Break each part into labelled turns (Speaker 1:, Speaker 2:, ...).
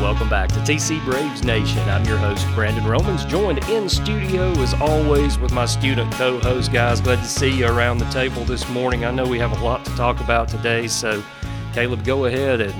Speaker 1: Welcome back to TC Braves Nation. I'm your host, Brandon Romans, joined in studio as always with my student co host, guys. Glad to see you around the table this morning. I know we have a lot to talk about today, so Caleb, go ahead and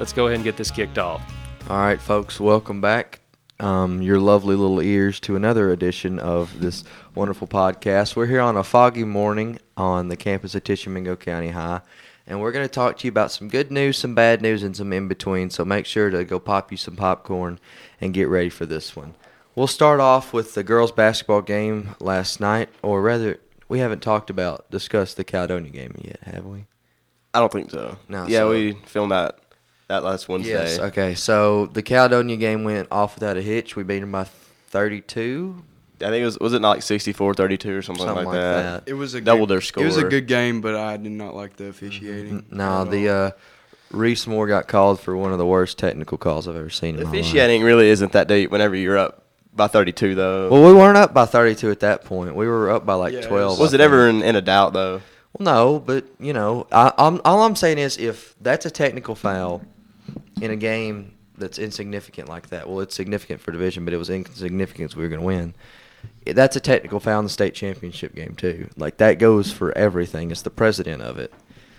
Speaker 1: let's go ahead and get this kicked off.
Speaker 2: All right, folks, welcome back, um, your lovely little ears, to another edition of this wonderful podcast. We're here on a foggy morning on the campus of Tishomingo County High, and we're going to talk to you about some good news, some bad news, and some in between. So make sure to go pop you some popcorn and get ready for this one. We'll start off with the girls' basketball game last night, or rather, we haven't talked about, discussed the Caledonia game yet, have we?
Speaker 3: I don't think so.
Speaker 2: No,
Speaker 3: Yeah,
Speaker 2: so-
Speaker 3: we filmed that that last Wednesday.
Speaker 2: Yes. Okay. So the Caledonia game went off without a hitch. We beat them by 32,
Speaker 3: I think it was was it not like 64 32 or something,
Speaker 2: something
Speaker 3: like, that.
Speaker 4: It was a
Speaker 3: Double
Speaker 4: good,
Speaker 3: their
Speaker 4: It was a
Speaker 3: score. Mm-hmm.
Speaker 4: good game, but I did not like the officiating.
Speaker 2: No,
Speaker 4: at
Speaker 2: the
Speaker 4: all.
Speaker 2: uh, Reese Moore got called for one of the worst technical calls I've ever seen. In my life.
Speaker 3: Officiating really isn't that deep whenever you're up by 32 though.
Speaker 2: Well, we weren't up by 32 at that point. We were up by like
Speaker 4: Yeah, it
Speaker 2: 12.
Speaker 4: was-
Speaker 3: was
Speaker 2: I
Speaker 3: it
Speaker 2: think.
Speaker 3: ever in, in a doubt though?
Speaker 2: Well, no, but you know, I, I'm, all I'm saying is if that's a technical foul in a game that's insignificant like that, well, it's significant for division, but it was insignificant, so we were going to win. It- That's a technical foul in the state championship game too. Like that goes for everything. It's the president of it.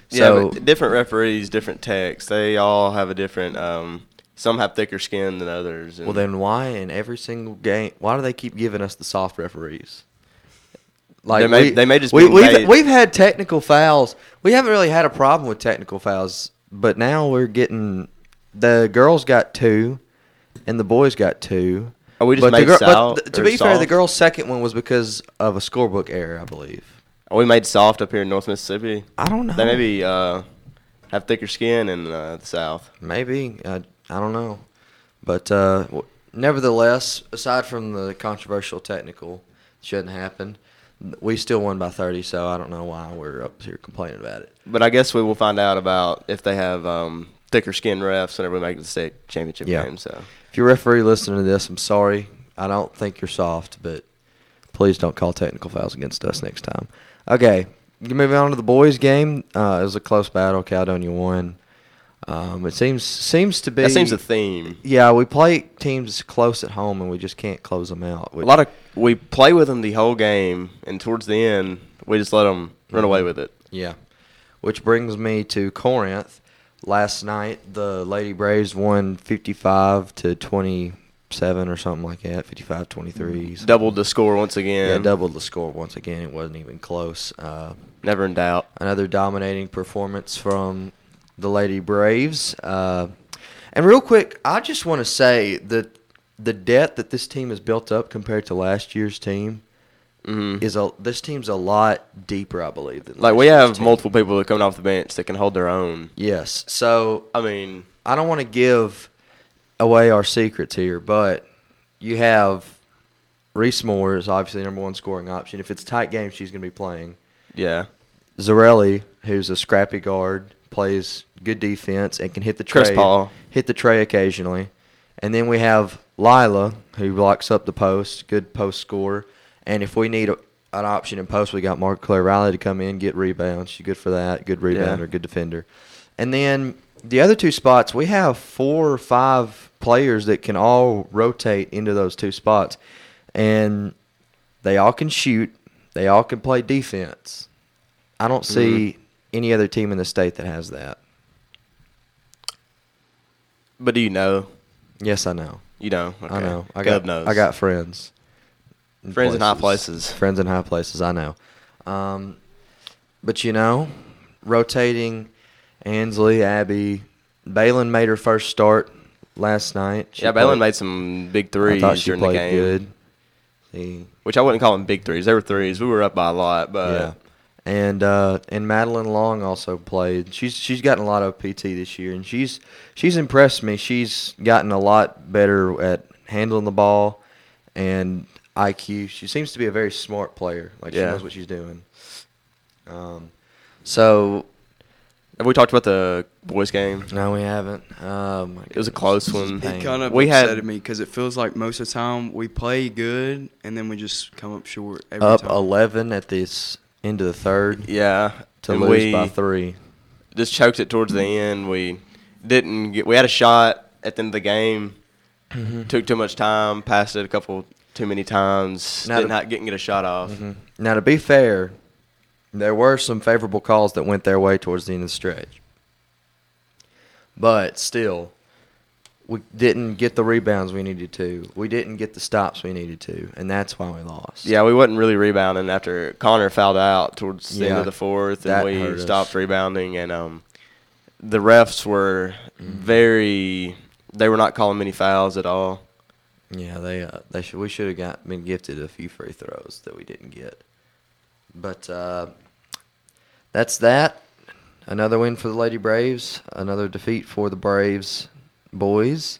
Speaker 3: yeah,
Speaker 2: So
Speaker 3: but different referees, different techs. They all have a different. Um, some have thicker skin than others. and-
Speaker 2: well, then why in every single game? Why do they keep giving us the soft referees? Like
Speaker 3: They may- they may just
Speaker 2: we,
Speaker 3: be
Speaker 2: we've,
Speaker 3: made-
Speaker 2: we've had technical fouls. We haven't really had a problem with technical fouls, but now we're getting the girls got two, and the boys got two.
Speaker 3: Are we just
Speaker 2: but the
Speaker 3: made
Speaker 2: girl-
Speaker 3: sout
Speaker 2: th- to
Speaker 3: or
Speaker 2: be fair, the
Speaker 3: soft?
Speaker 2: girls' second one was because of a scorebook error, I believe.
Speaker 3: Are we made soft up here in North Mississippi?
Speaker 2: I don't know.
Speaker 3: They maybe uh, have thicker skin in uh, the South.
Speaker 2: Maybe I, I don't know, but uh, w- nevertheless, aside from the controversial technical, shouldn't happen. We still won by thirty, so I don't know why we're up here complaining about it.
Speaker 3: But I guess we will find out about if they have um, thicker skin refs whenever we make it to the state championship
Speaker 2: Yeah.
Speaker 3: game. So
Speaker 2: If you're a referee listening to this, I'm sorry. I don't think you're soft, but please don't call technical fouls against us next time. Okay, moving on to the boys' game. Uh, it was a close battle. Caledonia won. Um, it seems seems to be
Speaker 3: that seems a theme.
Speaker 2: Yeah, we play teams close at home, and we just can't close them out.
Speaker 3: A lot of we play with them the whole game, and towards the end we just let them run
Speaker 2: Mm-hmm.
Speaker 3: away with it.
Speaker 2: yeah, which brings me to Corinth. Last night, the Lady Braves won fifty-five to twenty-seven or something like that. 55-23.
Speaker 3: Doubled the score once again.
Speaker 2: Yeah, doubled the score once again. It wasn't even close. Uh,
Speaker 3: Never in doubt.
Speaker 2: another dominating performance from the Lady Braves. Uh, and real quick, I just want to say that the debt that this team has built up compared to last year's team is a this team's a lot deeper, I believe. Than
Speaker 3: Mm-hmm. Like
Speaker 2: last
Speaker 3: we
Speaker 2: year's
Speaker 3: have
Speaker 2: team.
Speaker 3: multiple people that coming off the bench that can hold their own.
Speaker 2: Yes, so
Speaker 3: I mean,
Speaker 2: I don't want to give away our secrets here, but you have Reese Moore is obviously the number one scoring option. If it's a tight game, she's going to be playing.
Speaker 3: yeah.
Speaker 2: Zarelli, who's a scrappy guard, plays good defense and can hit the tray.
Speaker 3: Chris Paul.
Speaker 2: Hit the tray occasionally. And then we have Lila, who blocks up the post, good post scorer. And if we need a, an option in post, we got Mark Claire Riley to come in, get rebounds. She's good for that. Good rebounder, good defender. And then the other two spots, we have four or five players that can all rotate into those two spots. And they all can shoot. They all can play defense. I don't see any other team in the state that has that.
Speaker 3: But do you know?
Speaker 2: Yes, I know.
Speaker 3: You know. Okay.
Speaker 2: I know. I
Speaker 3: Gov
Speaker 2: got.
Speaker 3: knows.
Speaker 2: I got friends. in
Speaker 3: Friends in high places.
Speaker 2: Friends in high places. I know. Um, but you know, rotating Ansley, Abby, Balin made her first start last night. She
Speaker 3: yeah, Balin
Speaker 2: played-
Speaker 3: made some big
Speaker 2: I
Speaker 3: threes
Speaker 2: thought she
Speaker 3: during the
Speaker 2: played
Speaker 3: game,
Speaker 2: good. See,
Speaker 3: which I wouldn't call them big threes. They were threes. We were up by a lot,
Speaker 2: yeah.
Speaker 3: but
Speaker 2: Uh, And uh, and Madeline Long also played. She's she's gotten a lot of PT this year, and she's she's impressed me. She's gotten a lot better at handling the ball and IQ. She seems to be a very smart player. Like she
Speaker 3: Yeah.
Speaker 2: knows what she's doing. Um, so
Speaker 3: have we talked about the boys game?
Speaker 2: no, we haven't. Oh my
Speaker 3: It was a
Speaker 2: goodness,
Speaker 3: close
Speaker 2: this is
Speaker 3: one.
Speaker 2: pain.
Speaker 4: It kind of
Speaker 3: We had-
Speaker 4: upset me because it feels like most of the time we play good and then we just come up short every
Speaker 2: Up
Speaker 4: time.
Speaker 2: eleven at this end of the third
Speaker 3: Yeah,
Speaker 2: to
Speaker 3: and
Speaker 2: lose
Speaker 3: we
Speaker 2: by three.
Speaker 3: Just choked it towards the end. We didn't get. We had a shot at the end of the game, took too much time, passed it a couple too many times,
Speaker 2: Now
Speaker 3: did
Speaker 2: to-
Speaker 3: not get, get a Mm-hmm. shot off.
Speaker 2: Now, to be fair, there were some favorable calls that went their way towards the end of the stretch. But still, we didn't get the rebounds we needed to. We didn't get the stops we needed to, and that's why we lost.
Speaker 3: Yeah, we wasn't really rebounding after Connor fouled out towards the end
Speaker 2: Yeah,
Speaker 3: of the fourth,
Speaker 2: that
Speaker 3: and
Speaker 2: hurt
Speaker 3: we
Speaker 2: us.
Speaker 3: stopped rebounding. And um, the refs were very; they were not calling many fouls at all.
Speaker 2: Yeah, they uh, they should we should have got been gifted a few free throws that we didn't get. But uh, that's that. Another win for the Lady Braves. Another defeat for the Braves boys.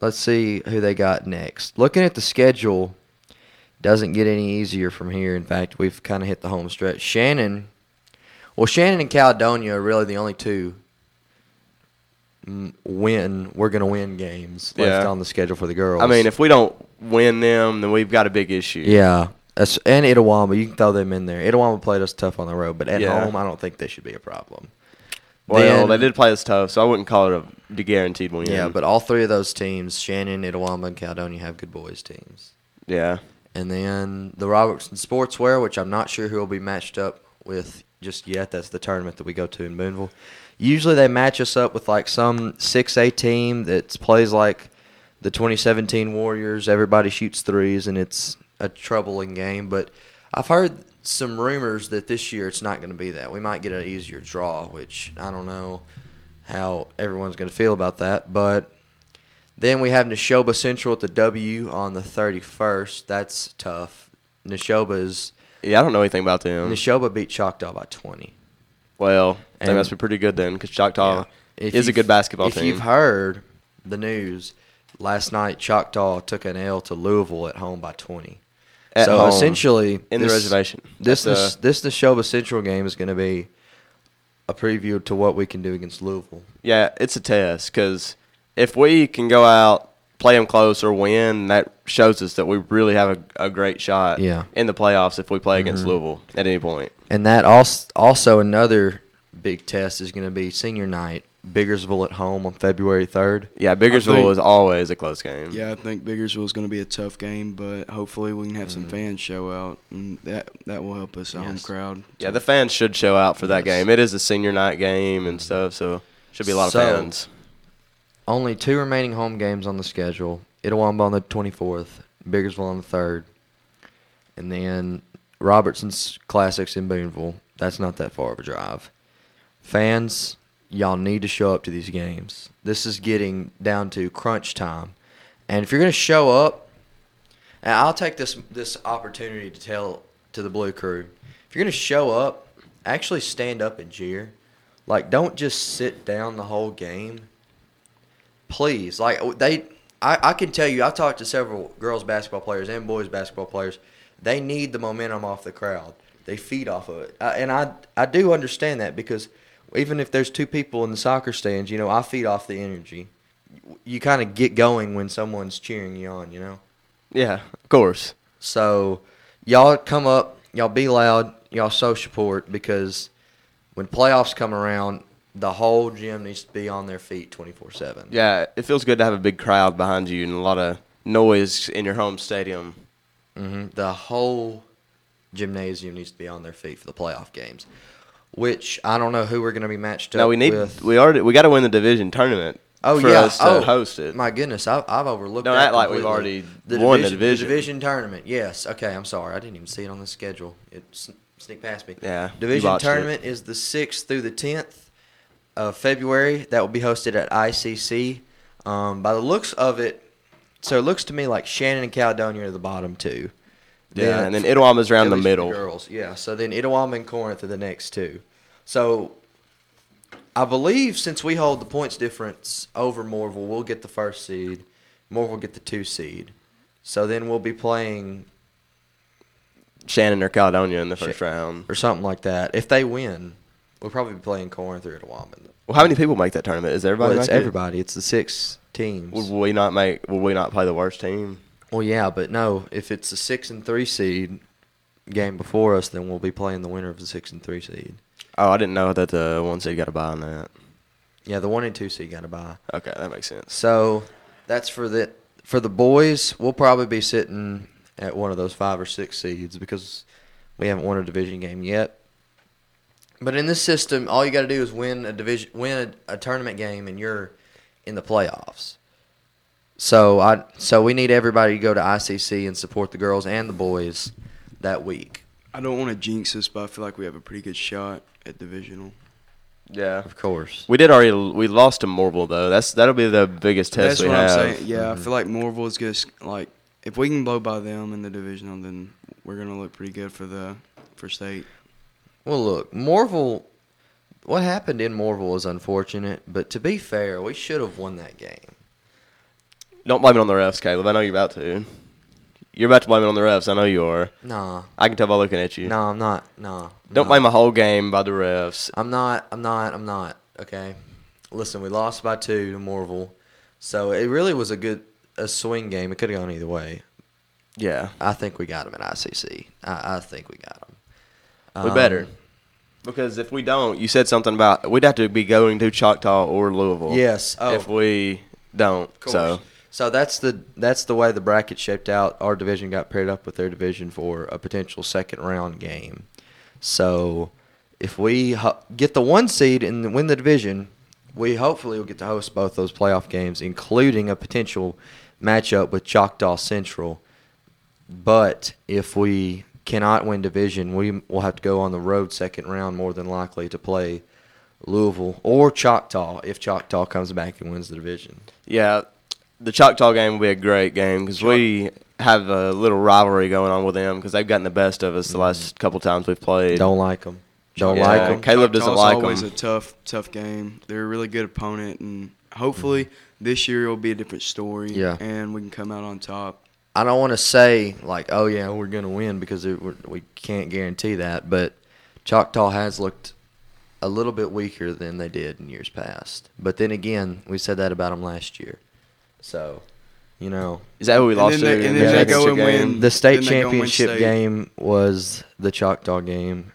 Speaker 2: Let's see who they got next. Looking at the schedule, doesn't get any easier from here. In fact, we've kind of hit the home stretch. Shannon, well, Shannon and Caledonia are really the only two mm, win we're gonna win games left
Speaker 3: Yeah.
Speaker 2: on the schedule for the girls.
Speaker 3: I mean, if we don't win them, then we've got a big issue.
Speaker 2: Yeah. That's- and Itawamba, you can throw them in there. Itawamba played us tough on the road, but at
Speaker 3: Yeah.
Speaker 2: home, I don't think they should be a problem.
Speaker 3: Well,
Speaker 2: Then-
Speaker 3: they did play us tough, so I wouldn't call it a the guaranteed win.
Speaker 2: Yeah, but all three of those teams, Shannon, Itawamba, and Caledonia, have good boys teams.
Speaker 3: yeah,
Speaker 2: And then the Robertson Sportswear, which I'm not sure who will be matched up with just yet. That's the tournament that we go to in Boonville. Usually they match us up with like some 6A team that plays like the 2017 Warriors. Everybody shoots threes, and it's a troubling game. But I've heard some rumors that this year it's not going to be that. We might get an easier draw, which I don't know how everyone's going to feel about that. But then we have Neshoba Central at the W on the 31st. That's tough. Neshoba is
Speaker 3: yeah. I don't know anything about them.
Speaker 2: Neshoba beat Choctaw by 20.
Speaker 3: Well, they
Speaker 2: And-
Speaker 3: must be pretty good then, because Choctaw
Speaker 2: Yeah. If
Speaker 3: Oh, is a
Speaker 2: you've-
Speaker 3: good basketball
Speaker 2: if
Speaker 3: team.
Speaker 2: you've heard the news last night, Choctaw took an L to Louisville at home by 20.
Speaker 3: At
Speaker 2: so
Speaker 3: home,
Speaker 2: essentially,
Speaker 3: in the
Speaker 2: this-
Speaker 3: reservation.
Speaker 2: This
Speaker 3: That's, uh,
Speaker 2: this, this Neshoba Central game is going to be a preview to what we can do against Louisville.
Speaker 3: Yeah, it's a test because if we can go out, play them close, or win, that shows us that we really have a, a great shot
Speaker 2: Yeah. Mm-hmm.
Speaker 3: in the playoffs if we play against Louisville at any point.
Speaker 2: And that also, also another big test is going to be senior night, Biggersville at home on February 3rd.
Speaker 3: Yeah, Biggersville
Speaker 4: think-
Speaker 3: is always a close game.
Speaker 4: Yeah, I think Biggersville is going to be a tough game, but hopefully we can have
Speaker 3: Mm-hmm.
Speaker 4: some fans show out, and that that will help us, a home
Speaker 2: Yes.
Speaker 4: crowd.
Speaker 3: Yeah, the fans should show out for
Speaker 2: Yes.
Speaker 3: that game. It is a senior night game and stuff, so should be a lot of
Speaker 2: So-
Speaker 3: fans.
Speaker 2: Only two remaining home games on the schedule. Itawamba on the 24th, Biggersville on the 3rd, and then Robertson's Classics in Boonville. That's not that far of a drive. Fans, y'all need to show up to these games. This is getting down to crunch time. And if you're going to show up, and I'll take this this opportunity to tell to the blue crew, if you're going to show up, actually stand up and cheer. Like don't just sit down the whole game please like they I, I can tell you i've talked to several girls basketball players and boys basketball players they need the momentum off the crowd they feed off of it I, and I, I do understand that because even if there's two people in the soccer stands you know i feed off the energy you kind of get going when someone's cheering you on you know
Speaker 3: Yeah, of course.
Speaker 2: so y'all come up, y'all be loud, y'all show support because when playoffs come around, the whole gym needs to be on their feet twenty four seven.
Speaker 3: Yeah, it feels good to have a big crowd behind you and a lot of noise in your home stadium.
Speaker 2: hmm The whole gymnasium needs to be on their feet for the playoff games, which I don't know who we're going to be matched up.
Speaker 3: Now we need
Speaker 2: with.
Speaker 3: we already we got to win the division tournament
Speaker 2: Oh
Speaker 3: for
Speaker 2: yeah,
Speaker 3: us to
Speaker 2: oh,
Speaker 3: host it.
Speaker 2: My goodness, I, I've overlooked.
Speaker 3: Don't
Speaker 2: that
Speaker 3: act like we've
Speaker 2: completely.
Speaker 3: already won the division.
Speaker 2: tournament. Yes. Okay. I'm sorry. I didn't even see it on the schedule. It sn- sneaked past me.
Speaker 3: Yeah, you
Speaker 2: Division
Speaker 3: botched it.
Speaker 2: tournament is the sixth through the tenth of February. That will be hosted at ICC. Um, by the looks of it, so it looks to me like Shannon and Caledonia are the bottom two.
Speaker 3: yeah, and then Itawama's around
Speaker 2: At
Speaker 3: the
Speaker 2: least for
Speaker 3: middle.
Speaker 2: girls, yeah. So then Itawamba and Corinth are the next two. So I believe since we hold the points difference over Morville, we'll get the first seed. Morville get the two seed. So then we'll be playing
Speaker 3: Shannon or Caledonia in the first
Speaker 2: Shit.
Speaker 3: round.
Speaker 2: or something like that. If they win, we'll probably be playing Corinth or Itawamba.
Speaker 3: Well, how many people make that tournament? Is everybody?
Speaker 2: Well, it's
Speaker 3: make it?
Speaker 2: everybody. It's the six teams.
Speaker 3: Would we not make? Would we not play the worst team?
Speaker 2: Well, yeah, but no, if it's the six and three seed game before us, then we'll be playing the winner of the six and three seed.
Speaker 3: Oh, I didn't know that the one seed got a buy on that.
Speaker 2: Yeah, the one and two seed got to buy.
Speaker 3: Okay, that makes sense.
Speaker 2: So that's for the for the boys. We'll probably be sitting at one of those five or six seeds because we haven't won a division game yet. But in this system, all you got to do is win a division, win a, a tournament game, and you're in the playoffs. So I so we need everybody to go to ICC and support the girls and the boys that week.
Speaker 4: I don't want to jinx this, but I feel like we have a pretty good shot at divisional.
Speaker 3: Yeah,
Speaker 2: Of course.
Speaker 3: we did already. We lost to Morville though. That's that'll be the biggest test
Speaker 4: That's
Speaker 3: we
Speaker 4: what
Speaker 3: have. Mm-hmm.
Speaker 4: I'm saying. Yeah, I feel like Morville is just like if we can blow by them in the divisional, then we're gonna look pretty good for the for state.
Speaker 2: Well, look, Morville. What happened in Morville is unfortunate, but to be fair, we should have won that game.
Speaker 3: Don't blame it on the refs, Caleb. I know you're about to. You're about to blame it on the refs. I know you are.
Speaker 2: Nah,
Speaker 3: I can tell by looking at you.
Speaker 2: no, I'm not. Nah,
Speaker 3: Don't
Speaker 2: nah.
Speaker 3: blame a whole game by the refs.
Speaker 2: I'm not. I'm not. I'm not. Okay. Listen, we lost by two to Morville, so it really was a good a swing game. It could have gone either way.
Speaker 3: Yeah,
Speaker 2: I think we got him at ICC. I, I think we got him.
Speaker 3: we
Speaker 2: Um,
Speaker 3: better. Because if we don't, you said something about we'd have to be going to Choctaw or Louisville.
Speaker 2: Yes. Oh.
Speaker 3: If we don't,
Speaker 2: Of course.
Speaker 3: so
Speaker 2: So. that's the that's the way the bracket shaped out. Our division got paired up with their division for a potential second round game. So if we ho- get the one seed and win the division, we hopefully will get to host both those playoff games, including a potential matchup with Choctaw Central. But if we cannot win division, we will have to go on the road second round more than likely to play Louisville or Choctaw if Choctaw comes back and wins the division.
Speaker 3: yeah, the Choctaw game will be a great game because we have a little rivalry going on with them because they've gotten the best of us the last couple times we've played.
Speaker 2: Mm. Don't like them. Don't
Speaker 3: Yeah.
Speaker 2: like them.
Speaker 3: Caleb doesn't
Speaker 4: Choctaw's
Speaker 3: like 'em.
Speaker 4: always a tough, tough game. They're a really good opponent, and hopefully this year will be a different story.
Speaker 2: Yeah.
Speaker 4: and we can come out on top.
Speaker 2: I don't want to say like, oh yeah, we're gonna win because it, we're, we can't guarantee that. But Choctaw has looked a little bit weaker than they did in years past. But then again, we said that about them last year. So, you know,
Speaker 3: Is that what we
Speaker 4: And
Speaker 3: lost
Speaker 4: then
Speaker 3: to?
Speaker 4: they-
Speaker 3: in
Speaker 4: and
Speaker 3: the
Speaker 2: then they
Speaker 3: championship
Speaker 4: go and win.
Speaker 3: game?
Speaker 2: the state
Speaker 4: Then they go and win
Speaker 2: championship
Speaker 4: state.
Speaker 2: game was the Choctaw game.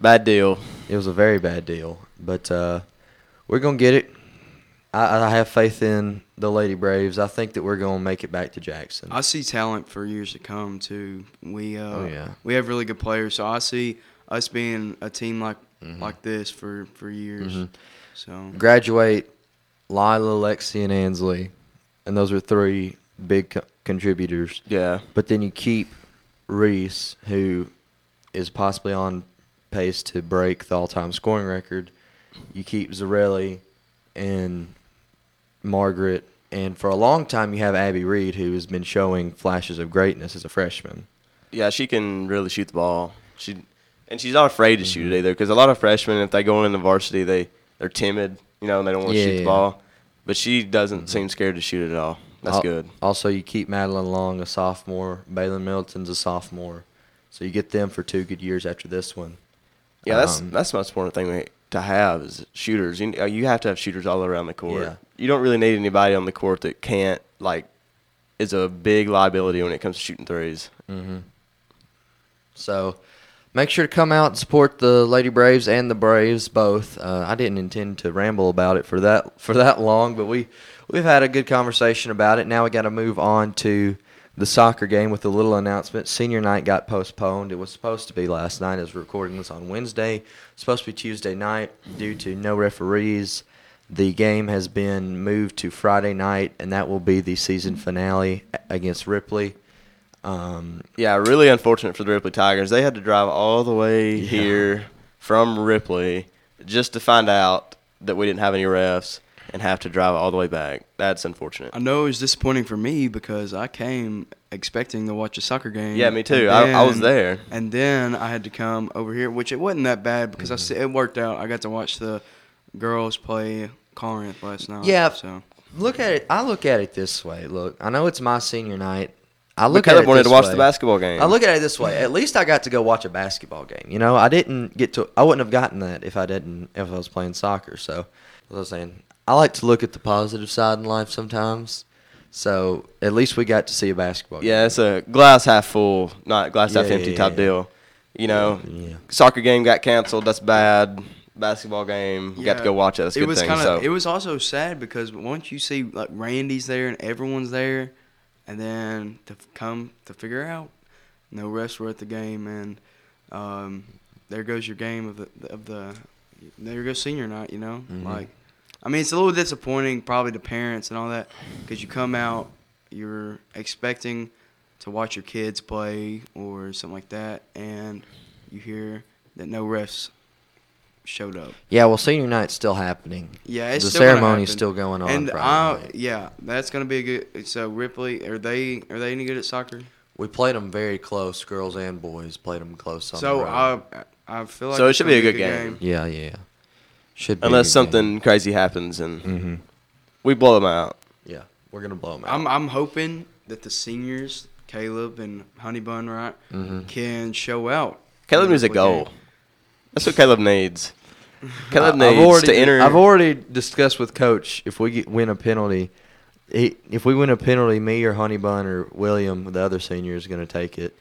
Speaker 3: Bad deal.
Speaker 2: It was a very bad deal, but uh, we're gonna get it. I, I have faith in the Lady Braves. I think that we're gonna make it back to Jackson.
Speaker 4: I see talent for years to come too. We uh,
Speaker 2: Oh, yeah.
Speaker 4: we have really good players, so I see us being a team like
Speaker 2: Mm-hmm.
Speaker 4: like this for for years. So
Speaker 2: graduate Lila, Lexi, and Ansley, and those are three big co- contributors.
Speaker 3: Yeah.
Speaker 2: But then you keep Reese, who is possibly on pace to break the all-time scoring record. You keep Zarelli and Margaret, and for a long time you have Abby Reed, who has been showing flashes of greatness as a freshman.
Speaker 3: Yeah, she can really shoot the ball. She and she's not afraid to
Speaker 2: Mm-hmm.
Speaker 3: shoot it either. Because a lot of freshmen, if they go into varsity, they they're timid, you know, and they don't want to
Speaker 2: Yeah,
Speaker 3: shoot
Speaker 2: yeah. Mm-hmm.
Speaker 3: the ball. But she doesn't seem scared to shoot it at all. That's
Speaker 2: Al-
Speaker 3: good.
Speaker 2: Also, you keep Madeline Long, a sophomore. Balin Middleton's a sophomore. So you get them for two good years after this one.
Speaker 3: Yeah, that's
Speaker 2: um,
Speaker 3: that's the most important thing we- to have is shooters. You uh, you have to have shooters all around the court.
Speaker 2: Yeah.
Speaker 3: You don't really need anybody on the court that can't like is a big liability when it comes to shooting threes.
Speaker 2: So make sure to come out and support the Lady Braves and the Braves both. Uh, I didn't intend to ramble about it for that for that long, but we we've had a good conversation about it. Now we got to move on to the soccer game with a little announcement. Senior night got postponed. It was supposed to be last night as we're recording this on Wednesday. It's supposed to be Tuesday night due to no referees. The game has been moved to Friday night, and that will be the season finale a- against Ripley. Um,
Speaker 3: Yeah, really unfortunate for the Ripley Tigers. They had to drive all the way here from Ripley just to find out that we didn't have any refs and have to drive all the way back. That's unfortunate.
Speaker 4: I know it was disappointing for me because I came expecting to watch a soccer game.
Speaker 3: Yeah, me too.
Speaker 4: And
Speaker 3: I- I was there.
Speaker 4: and then I had to come over here, which it wasn't that bad because I
Speaker 3: Mm-hmm.
Speaker 4: see it worked out. I got to watch the girls play Corinth last night.
Speaker 2: Yeah.
Speaker 4: so
Speaker 2: Look at it. I look at it this way. Look, I know it's my senior night. I
Speaker 3: But
Speaker 2: look at
Speaker 3: Caleb
Speaker 2: it
Speaker 3: wanted
Speaker 2: this
Speaker 3: to watch
Speaker 2: way.
Speaker 3: the basketball game.
Speaker 2: I look at it this way. At least I got to go watch a basketball game. You know, I didn't get to. I wouldn't have gotten that if I didn't. If I was playing soccer, so as I was saying, I like to look at the positive side in life sometimes. So at least we got to see a basketball.
Speaker 3: yeah, it's a glass half full, not glass half
Speaker 2: Yeah,
Speaker 3: empty
Speaker 2: yeah,
Speaker 3: type
Speaker 2: yeah.
Speaker 3: deal. You know,
Speaker 2: Yeah.
Speaker 3: soccer game got canceled. That's bad. basketball game. Got to
Speaker 4: Yeah.
Speaker 3: go watch it. That's a
Speaker 4: it
Speaker 3: good
Speaker 4: was
Speaker 3: thing.
Speaker 4: kind
Speaker 3: so
Speaker 4: of. It was also sad because once you see like Randy's there and everyone's there, and then to f- come to figure out, no refs were at the game, and um, there goes your game of the of the there goes senior night. You know,
Speaker 3: Mm-hmm.
Speaker 4: like I mean, it's a little disappointing probably to parents and all that because you come out, you're expecting to watch your kids play or something like that, and you hear that no refs showed up.
Speaker 2: Yeah, well, senior night's still happening.
Speaker 4: Yeah, it's
Speaker 2: the
Speaker 4: still gonna
Speaker 2: ceremony's
Speaker 4: happen.
Speaker 2: still going on.
Speaker 4: And
Speaker 2: Friday
Speaker 4: I,
Speaker 2: night.
Speaker 4: yeah, that's gonna be a good. So Ripley, are they are they any good at soccer?
Speaker 2: we played them very close, girls and boys played them close. on the
Speaker 4: so uh,
Speaker 2: road.
Speaker 4: I I feel like
Speaker 3: So it
Speaker 4: it's
Speaker 3: should
Speaker 4: gonna
Speaker 3: be a good game.
Speaker 2: yeah, yeah, should be
Speaker 3: unless
Speaker 2: a good
Speaker 3: something crazy happens and
Speaker 2: game. Mhm.
Speaker 3: we blow them out.
Speaker 2: Yeah, we're gonna blow them out.
Speaker 4: I'm I'm hoping that the seniors Caleb and Honey Bun right
Speaker 2: Mm-hmm.
Speaker 4: can show out.
Speaker 3: Caleb
Speaker 4: in
Speaker 3: needs a
Speaker 4: Ripley game.
Speaker 3: goal. That's what Caleb needs. Caleb
Speaker 2: I-
Speaker 3: needs to enter.
Speaker 2: I've already discussed with coach if we get, win a penalty, he, if we win a penalty, me or Honey Bun or William, the other senior, is going to take it,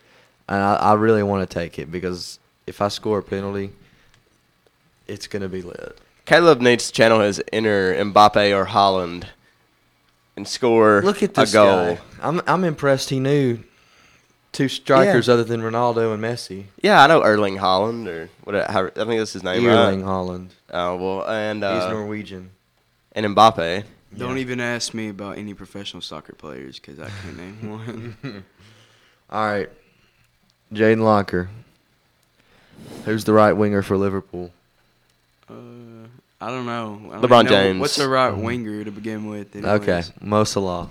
Speaker 2: and I, I really want to take it because if I score a penalty, it's going to be lit.
Speaker 3: Caleb needs to channel his inner Mbappe or Holland and score
Speaker 2: Look at this
Speaker 3: a goal.
Speaker 2: guy. I'm I'm impressed. He knew two strikers other than Ronaldo and Messi.
Speaker 3: Yeah, I know Erling Holland or whatever. how- I think that's his name.
Speaker 2: Erling
Speaker 3: Right?
Speaker 2: Holland.
Speaker 3: Oh well,
Speaker 2: He's
Speaker 3: and uh,
Speaker 2: Norwegian.
Speaker 3: and Mbappe.
Speaker 4: Don't even ask me about any professional soccer players because I can't name one.
Speaker 2: All right, Jaden Locker. Who's the right winger for Liverpool?
Speaker 4: Uh, I don't know. I don't
Speaker 3: LeBron
Speaker 4: even know
Speaker 3: James.
Speaker 4: What's a right winger to begin with? anyways.
Speaker 2: Mm-hmm. Okay, Mo Salah.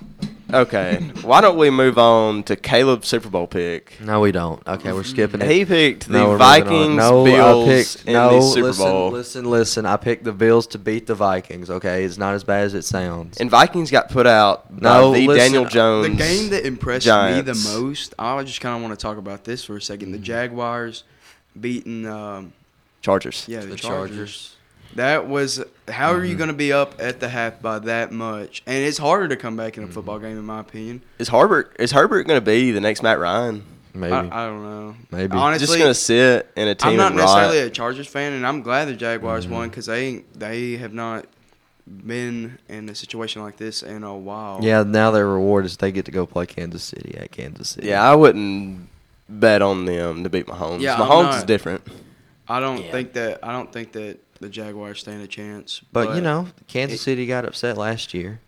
Speaker 3: Okay, why don't we move on to Caleb's Super Bowl pick?
Speaker 2: No, we don't. Okay, we're skipping it.
Speaker 3: He picked the
Speaker 2: No, we're moving on.
Speaker 3: Vikings
Speaker 2: no,
Speaker 3: Bills
Speaker 2: I picked,
Speaker 3: in
Speaker 2: no,
Speaker 3: the Super
Speaker 2: listen,
Speaker 3: Bowl,
Speaker 2: Listen, listen. I picked the Bills to beat the Vikings. Okay, it's not as bad as it sounds.
Speaker 3: and Vikings got put out by
Speaker 2: No,
Speaker 3: the
Speaker 2: listen,
Speaker 3: Daniel
Speaker 2: the
Speaker 3: Jones.
Speaker 4: The game that impressed me
Speaker 3: Giants.
Speaker 4: the most, I just kind of want to talk about this for a second. The Jaguars beating, um,
Speaker 3: Chargers.
Speaker 4: yeah, the, Chargers. That was how are you going to be up at the half by that much? And it's harder to come back in a football game, in my opinion.
Speaker 3: Is Herbert is Herbert going to be the next Matt Ryan?
Speaker 2: Maybe.
Speaker 4: I, I don't know.
Speaker 2: Maybe.
Speaker 4: honestly,
Speaker 3: Just going to sit in a team
Speaker 4: I'm not
Speaker 3: and rot?
Speaker 4: necessarily a Chargers fan, and I'm glad the Jaguars won 'cause won because they they have not been in a situation like this in a while.
Speaker 2: yeah, now their reward is they get to go play Kansas City at Kansas City.
Speaker 3: Yeah, I wouldn't bet on them to beat Mahomes.
Speaker 4: Yeah, I'm
Speaker 3: Mahomes is
Speaker 4: not.
Speaker 3: different.
Speaker 4: I don't
Speaker 2: Yeah.
Speaker 4: think that I don't think that the Jaguars stand a chance.
Speaker 2: But, you know, Kansas
Speaker 4: it-
Speaker 2: City got upset last year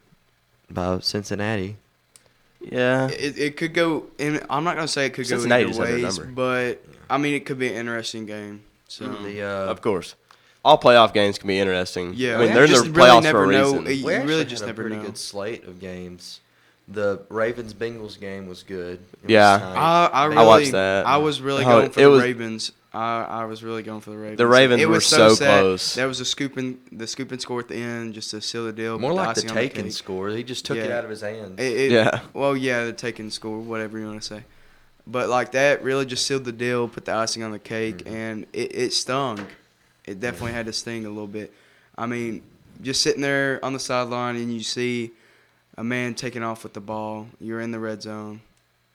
Speaker 2: by Cincinnati.
Speaker 3: Yeah.
Speaker 4: it, it could go. And I'm not gonna say it could go
Speaker 3: Cincinnati
Speaker 4: either
Speaker 3: just has their
Speaker 4: ways,
Speaker 3: number.
Speaker 4: but I mean it could be an interesting game. So
Speaker 2: The, uh,
Speaker 3: of course. All playoff games can be interesting.
Speaker 4: Yeah,
Speaker 3: I mean,
Speaker 4: we
Speaker 3: they're in the
Speaker 4: just really
Speaker 3: playoffs for
Speaker 4: never
Speaker 3: a
Speaker 4: know.
Speaker 3: reason.
Speaker 4: It-
Speaker 2: we
Speaker 4: you
Speaker 2: actually
Speaker 4: really
Speaker 2: had
Speaker 4: just
Speaker 2: a
Speaker 4: never
Speaker 2: pretty
Speaker 4: know.
Speaker 2: good slate of games. The Ravens Bengals game was good. It was
Speaker 3: Yeah.
Speaker 2: tight.
Speaker 4: I, I,
Speaker 2: They-
Speaker 4: really,
Speaker 3: I watched that.
Speaker 4: I was really
Speaker 3: Oh,
Speaker 4: going for
Speaker 3: it
Speaker 4: the
Speaker 3: was-
Speaker 4: Ravens. I, I was really going for the Ravens.
Speaker 3: Ravens
Speaker 4: it
Speaker 3: were
Speaker 4: was so,
Speaker 3: so
Speaker 4: sad.
Speaker 3: close.
Speaker 4: That was a scooping, the scooping score at the end, just to seal the deal.
Speaker 2: More
Speaker 4: put
Speaker 2: like the
Speaker 4: icing on the
Speaker 2: taken
Speaker 4: cake.
Speaker 2: score. He just took it
Speaker 4: Yeah.
Speaker 2: out of his hands.
Speaker 4: It, it-
Speaker 3: Yeah.
Speaker 4: Well, yeah, the taking score, whatever you want to say. But like that really just sealed the deal, put the icing on the cake,
Speaker 3: Mm-hmm.
Speaker 4: and it, it stung. It definitely had to sting a little bit. I mean, just sitting there on the sideline and you see a man taking off with the ball, you're in the red zone,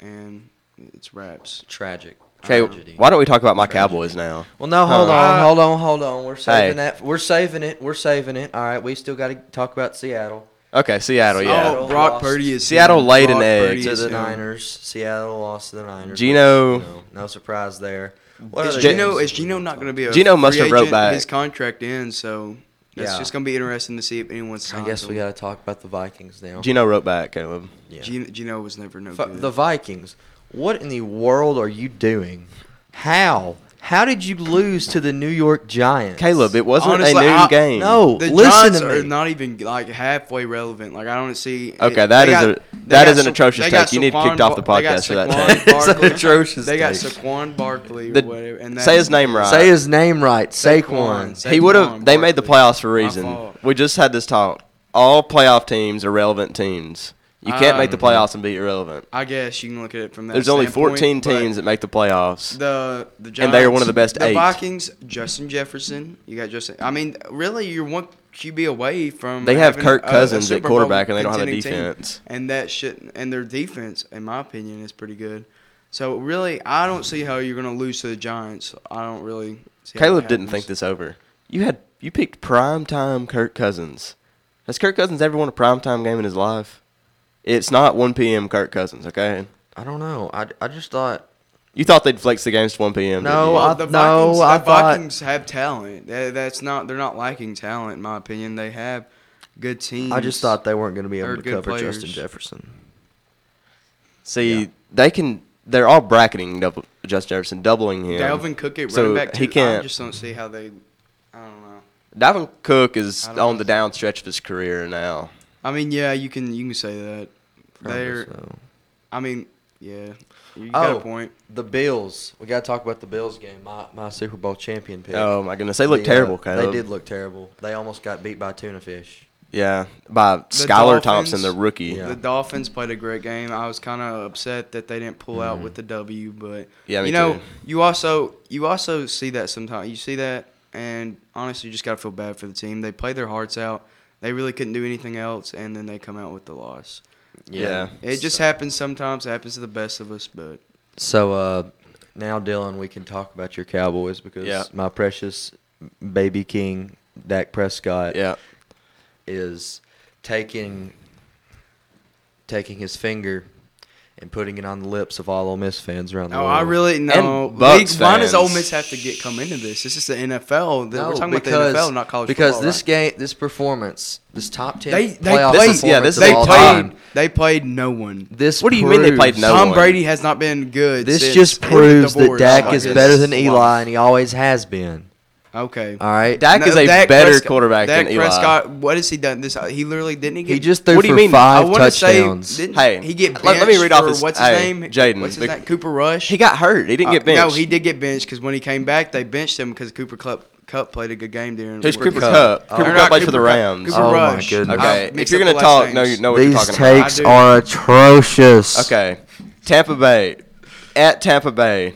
Speaker 4: and it's wraps.
Speaker 2: Tragic.
Speaker 3: Okay,
Speaker 2: Tragedy.
Speaker 3: why don't we talk about my Cowboys now?
Speaker 2: Well, no, hold
Speaker 3: Uh,
Speaker 2: on, hold on, hold on. We're saving
Speaker 3: Hey.
Speaker 2: that. We're saving it. We're saving it. All right, we still got to talk about Seattle
Speaker 3: Okay, Seattle, yeah.
Speaker 4: Oh, Brock
Speaker 2: Lost.
Speaker 4: Purdy is
Speaker 3: Seattle
Speaker 4: in.
Speaker 3: laid an
Speaker 4: Brock
Speaker 3: egg
Speaker 4: Purdy
Speaker 3: to
Speaker 2: to
Speaker 4: is
Speaker 2: the
Speaker 4: in.
Speaker 2: Niners. Seattle lost to the Niners.
Speaker 3: Geno-
Speaker 2: No, no surprise there. What
Speaker 4: Is
Speaker 2: other
Speaker 4: Gino
Speaker 2: games
Speaker 4: is
Speaker 2: did
Speaker 4: Gino
Speaker 2: we
Speaker 4: not going to
Speaker 2: talk
Speaker 4: be a
Speaker 3: Geno
Speaker 4: free
Speaker 3: must have wrote
Speaker 4: agent?
Speaker 3: back.
Speaker 4: His contract ends, so it's
Speaker 2: Yeah.
Speaker 4: just going to be interesting to see if anyone
Speaker 2: about?
Speaker 4: signs.
Speaker 2: I guess we
Speaker 4: him.
Speaker 2: got to talk about the Vikings now.
Speaker 3: Gino wrote back, Caleb.
Speaker 2: Yeah.
Speaker 4: Gino, Gino was never no
Speaker 2: F-
Speaker 4: good.
Speaker 2: the Vikings. What in the world are you doing? How? How did you lose to the New York Giants?
Speaker 3: Caleb, it wasn't
Speaker 4: Honestly,
Speaker 3: a noon
Speaker 4: I-
Speaker 3: game.
Speaker 2: no.
Speaker 4: The
Speaker 2: Listen
Speaker 4: Giants
Speaker 2: to
Speaker 4: are
Speaker 2: me.
Speaker 4: not even like halfway relevant. Like I don't see.
Speaker 3: Okay,
Speaker 4: that
Speaker 3: that
Speaker 4: is
Speaker 3: is a- that is an atrocious take. You need kicked off the podcast for that take.
Speaker 2: It's an atrocious
Speaker 4: They got
Speaker 2: take.
Speaker 4: Saquon Barkley.
Speaker 3: The-
Speaker 4: or whatever, and
Speaker 3: say
Speaker 4: that-
Speaker 3: his name right.
Speaker 2: Say his name right, Saquon.
Speaker 4: Saquon.
Speaker 3: he would have. They
Speaker 4: Barkley.
Speaker 3: made the playoffs for a
Speaker 4: My
Speaker 3: reason.
Speaker 4: fault.
Speaker 3: We just had this talk. All playoff teams are relevant teams. You can't make the
Speaker 4: Um,
Speaker 3: playoffs and be irrelevant.
Speaker 4: I guess you can look at it from that.
Speaker 3: There's only
Speaker 4: standpoint,
Speaker 3: 14
Speaker 4: but
Speaker 3: teams that make the playoffs.
Speaker 4: The the Giants,
Speaker 3: and they are one of the best
Speaker 4: The
Speaker 3: eight.
Speaker 4: Vikings, Justin Jefferson. You got Justin. I mean, really, you're one QB away from.
Speaker 3: They have
Speaker 4: having
Speaker 3: Kirk
Speaker 4: a- a
Speaker 3: Cousins
Speaker 4: Super
Speaker 3: at
Speaker 4: Bowl
Speaker 3: quarterback, and they don't have a
Speaker 4: contending team.
Speaker 3: defense.
Speaker 4: and that shouldn't and their defense in my opinion is pretty good so really i don't see how you're going to lose to the giants i don't really see how that
Speaker 3: Caleb didn't
Speaker 4: happens.
Speaker 3: think this over. You had You picked primetime Kirk Cousins. Has Kirk Cousins ever won a primetime game in his life? It's not 1 p.m. Kirk Cousins, okay?
Speaker 2: I don't know. I, I just thought
Speaker 3: You thought they'd flex the games to 1 p.m. didn't
Speaker 2: No,
Speaker 3: you?
Speaker 2: I-
Speaker 4: the
Speaker 2: no,
Speaker 4: Vikings,
Speaker 2: I
Speaker 4: the
Speaker 2: thought-
Speaker 4: Vikings have talent. That- that's not they're not lacking talent in my opinion. They have good teams.
Speaker 2: I just thought they weren't going to be
Speaker 4: They're
Speaker 2: able to
Speaker 4: good
Speaker 2: cover
Speaker 4: players.
Speaker 2: Justin Jefferson.
Speaker 3: See,
Speaker 2: Yeah.
Speaker 3: they can. They're all bracketing double, Justin Jefferson, doubling him.
Speaker 4: Dalvin Cook at
Speaker 3: So,
Speaker 4: running back. Too.
Speaker 3: he can't-
Speaker 4: I just don't see how they. I don't know.
Speaker 3: Dalvin Cook is
Speaker 4: I don't
Speaker 3: on the
Speaker 4: know.
Speaker 3: down stretch of his career now.
Speaker 4: I mean, yeah, you can you can say that.
Speaker 2: Probably
Speaker 4: They're.
Speaker 2: so.
Speaker 4: I mean, yeah, you got
Speaker 2: Oh.
Speaker 4: a point.
Speaker 2: The Bills. We got to talk about the Bills game. My, my Super Bowl champion pick.
Speaker 3: Oh my goodness, they look
Speaker 2: uh,
Speaker 3: terrible, Caleb.
Speaker 2: They did look terrible. They almost got beat by tuna fish.
Speaker 3: Yeah, by Skylar
Speaker 4: Dolphins-
Speaker 3: Thompson, the rookie.
Speaker 2: Yeah.
Speaker 3: Yeah,
Speaker 4: The Dolphins played a great game. I was kind of upset that they didn't pull out with the W, but
Speaker 3: Mm-hmm. me
Speaker 4: you know,
Speaker 3: too.
Speaker 4: you also you also see that sometimes. You see that, and honestly, you just gotta feel bad for the team. They played their hearts out. They really couldn't do anything else, and then they come out with the loss.
Speaker 3: Yeah.
Speaker 4: It just happens sometimes. It happens to the best of us, but
Speaker 2: So uh, now, Dylan, we can talk about your Cowboys because
Speaker 3: Yeah.
Speaker 2: my precious baby king, Dak Prescott,
Speaker 3: yeah.
Speaker 2: is taking taking his finger and putting it on the lips of all Ole Miss fans around the
Speaker 4: oh,
Speaker 2: world.
Speaker 4: I really no.
Speaker 3: And Bucks
Speaker 4: League- why does
Speaker 3: fans.
Speaker 4: Ole Miss have to get come into this? This is the NFL.
Speaker 2: No,
Speaker 4: We're talking
Speaker 2: because,
Speaker 4: about the NFL, not college.
Speaker 2: Because
Speaker 4: football,
Speaker 2: this
Speaker 4: right?
Speaker 2: game, this performance, this top ten
Speaker 4: They- they
Speaker 2: playoff
Speaker 4: played-
Speaker 2: performance
Speaker 3: yeah, this is
Speaker 2: of
Speaker 4: they
Speaker 2: all
Speaker 4: played.
Speaker 2: time.
Speaker 4: They played no one.
Speaker 2: This
Speaker 3: What do you mean they played
Speaker 2: proves-
Speaker 3: no
Speaker 4: Tom
Speaker 3: one.
Speaker 4: Brady has not been good.
Speaker 2: This
Speaker 4: since
Speaker 2: just
Speaker 4: his
Speaker 2: proves that
Speaker 4: divorce.
Speaker 2: Dak
Speaker 4: Like,
Speaker 2: is
Speaker 4: it's
Speaker 2: better than Eli, Uh,
Speaker 4: wild.
Speaker 2: and he always has been.
Speaker 4: Okay.
Speaker 2: All right,
Speaker 3: Dak
Speaker 4: No,
Speaker 3: is a
Speaker 4: Dak
Speaker 3: better
Speaker 4: Prescott-
Speaker 3: quarterback
Speaker 4: Dak
Speaker 3: than Eli.
Speaker 4: Prescott, what has he done? This he literally didn't he get
Speaker 2: he just threw
Speaker 3: What do you
Speaker 2: for
Speaker 3: mean?
Speaker 4: I
Speaker 2: five
Speaker 4: want to say
Speaker 2: touchdowns.
Speaker 4: didn't
Speaker 3: Hey,
Speaker 4: he get
Speaker 3: let-
Speaker 4: benched
Speaker 3: let me read off
Speaker 4: for
Speaker 3: his-
Speaker 4: what's his
Speaker 3: hey,
Speaker 4: name?
Speaker 3: Jaden,
Speaker 4: What's his
Speaker 3: the-
Speaker 4: name? Cooper Rush.
Speaker 3: He got hurt. He didn't
Speaker 4: Uh,
Speaker 3: get benched.
Speaker 4: No, he did get benched because when he came back, they benched him because Cooper Cup, Cup played a good game during.
Speaker 3: Who's Cooper
Speaker 2: Cup?
Speaker 3: Cup?
Speaker 2: Oh.
Speaker 3: Cooper
Speaker 2: Or
Speaker 3: Cup
Speaker 2: not
Speaker 3: played for the
Speaker 4: Uh, Cooper Cup,
Speaker 3: Rams.
Speaker 4: Cooper
Speaker 2: Oh my
Speaker 4: Rush.
Speaker 2: goodness.
Speaker 4: I
Speaker 3: Okay, if
Speaker 4: mixed
Speaker 3: you're
Speaker 4: Uh, up
Speaker 3: gonna
Speaker 4: the
Speaker 3: talk,
Speaker 4: last
Speaker 3: no, you
Speaker 4: names.
Speaker 3: know what you're
Speaker 2: These
Speaker 3: talking about.
Speaker 2: takes
Speaker 4: I do.
Speaker 2: are atrocious.
Speaker 3: Okay, Tampa Bay at Tampa Bay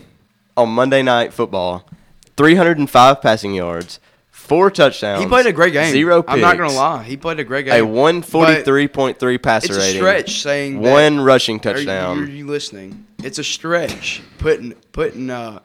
Speaker 3: on Monday Night Football, 305 passing yards, four touchdowns.
Speaker 4: He played a great game.
Speaker 3: Zero picks.
Speaker 4: I'm not gonna lie, he played a great game.
Speaker 3: A 143.3 passer
Speaker 4: It's a
Speaker 3: rating.
Speaker 4: stretch saying that-
Speaker 3: One rushing
Speaker 4: Are you-
Speaker 3: touchdown.
Speaker 4: Are you, listening? It's a stretch putting putting uh,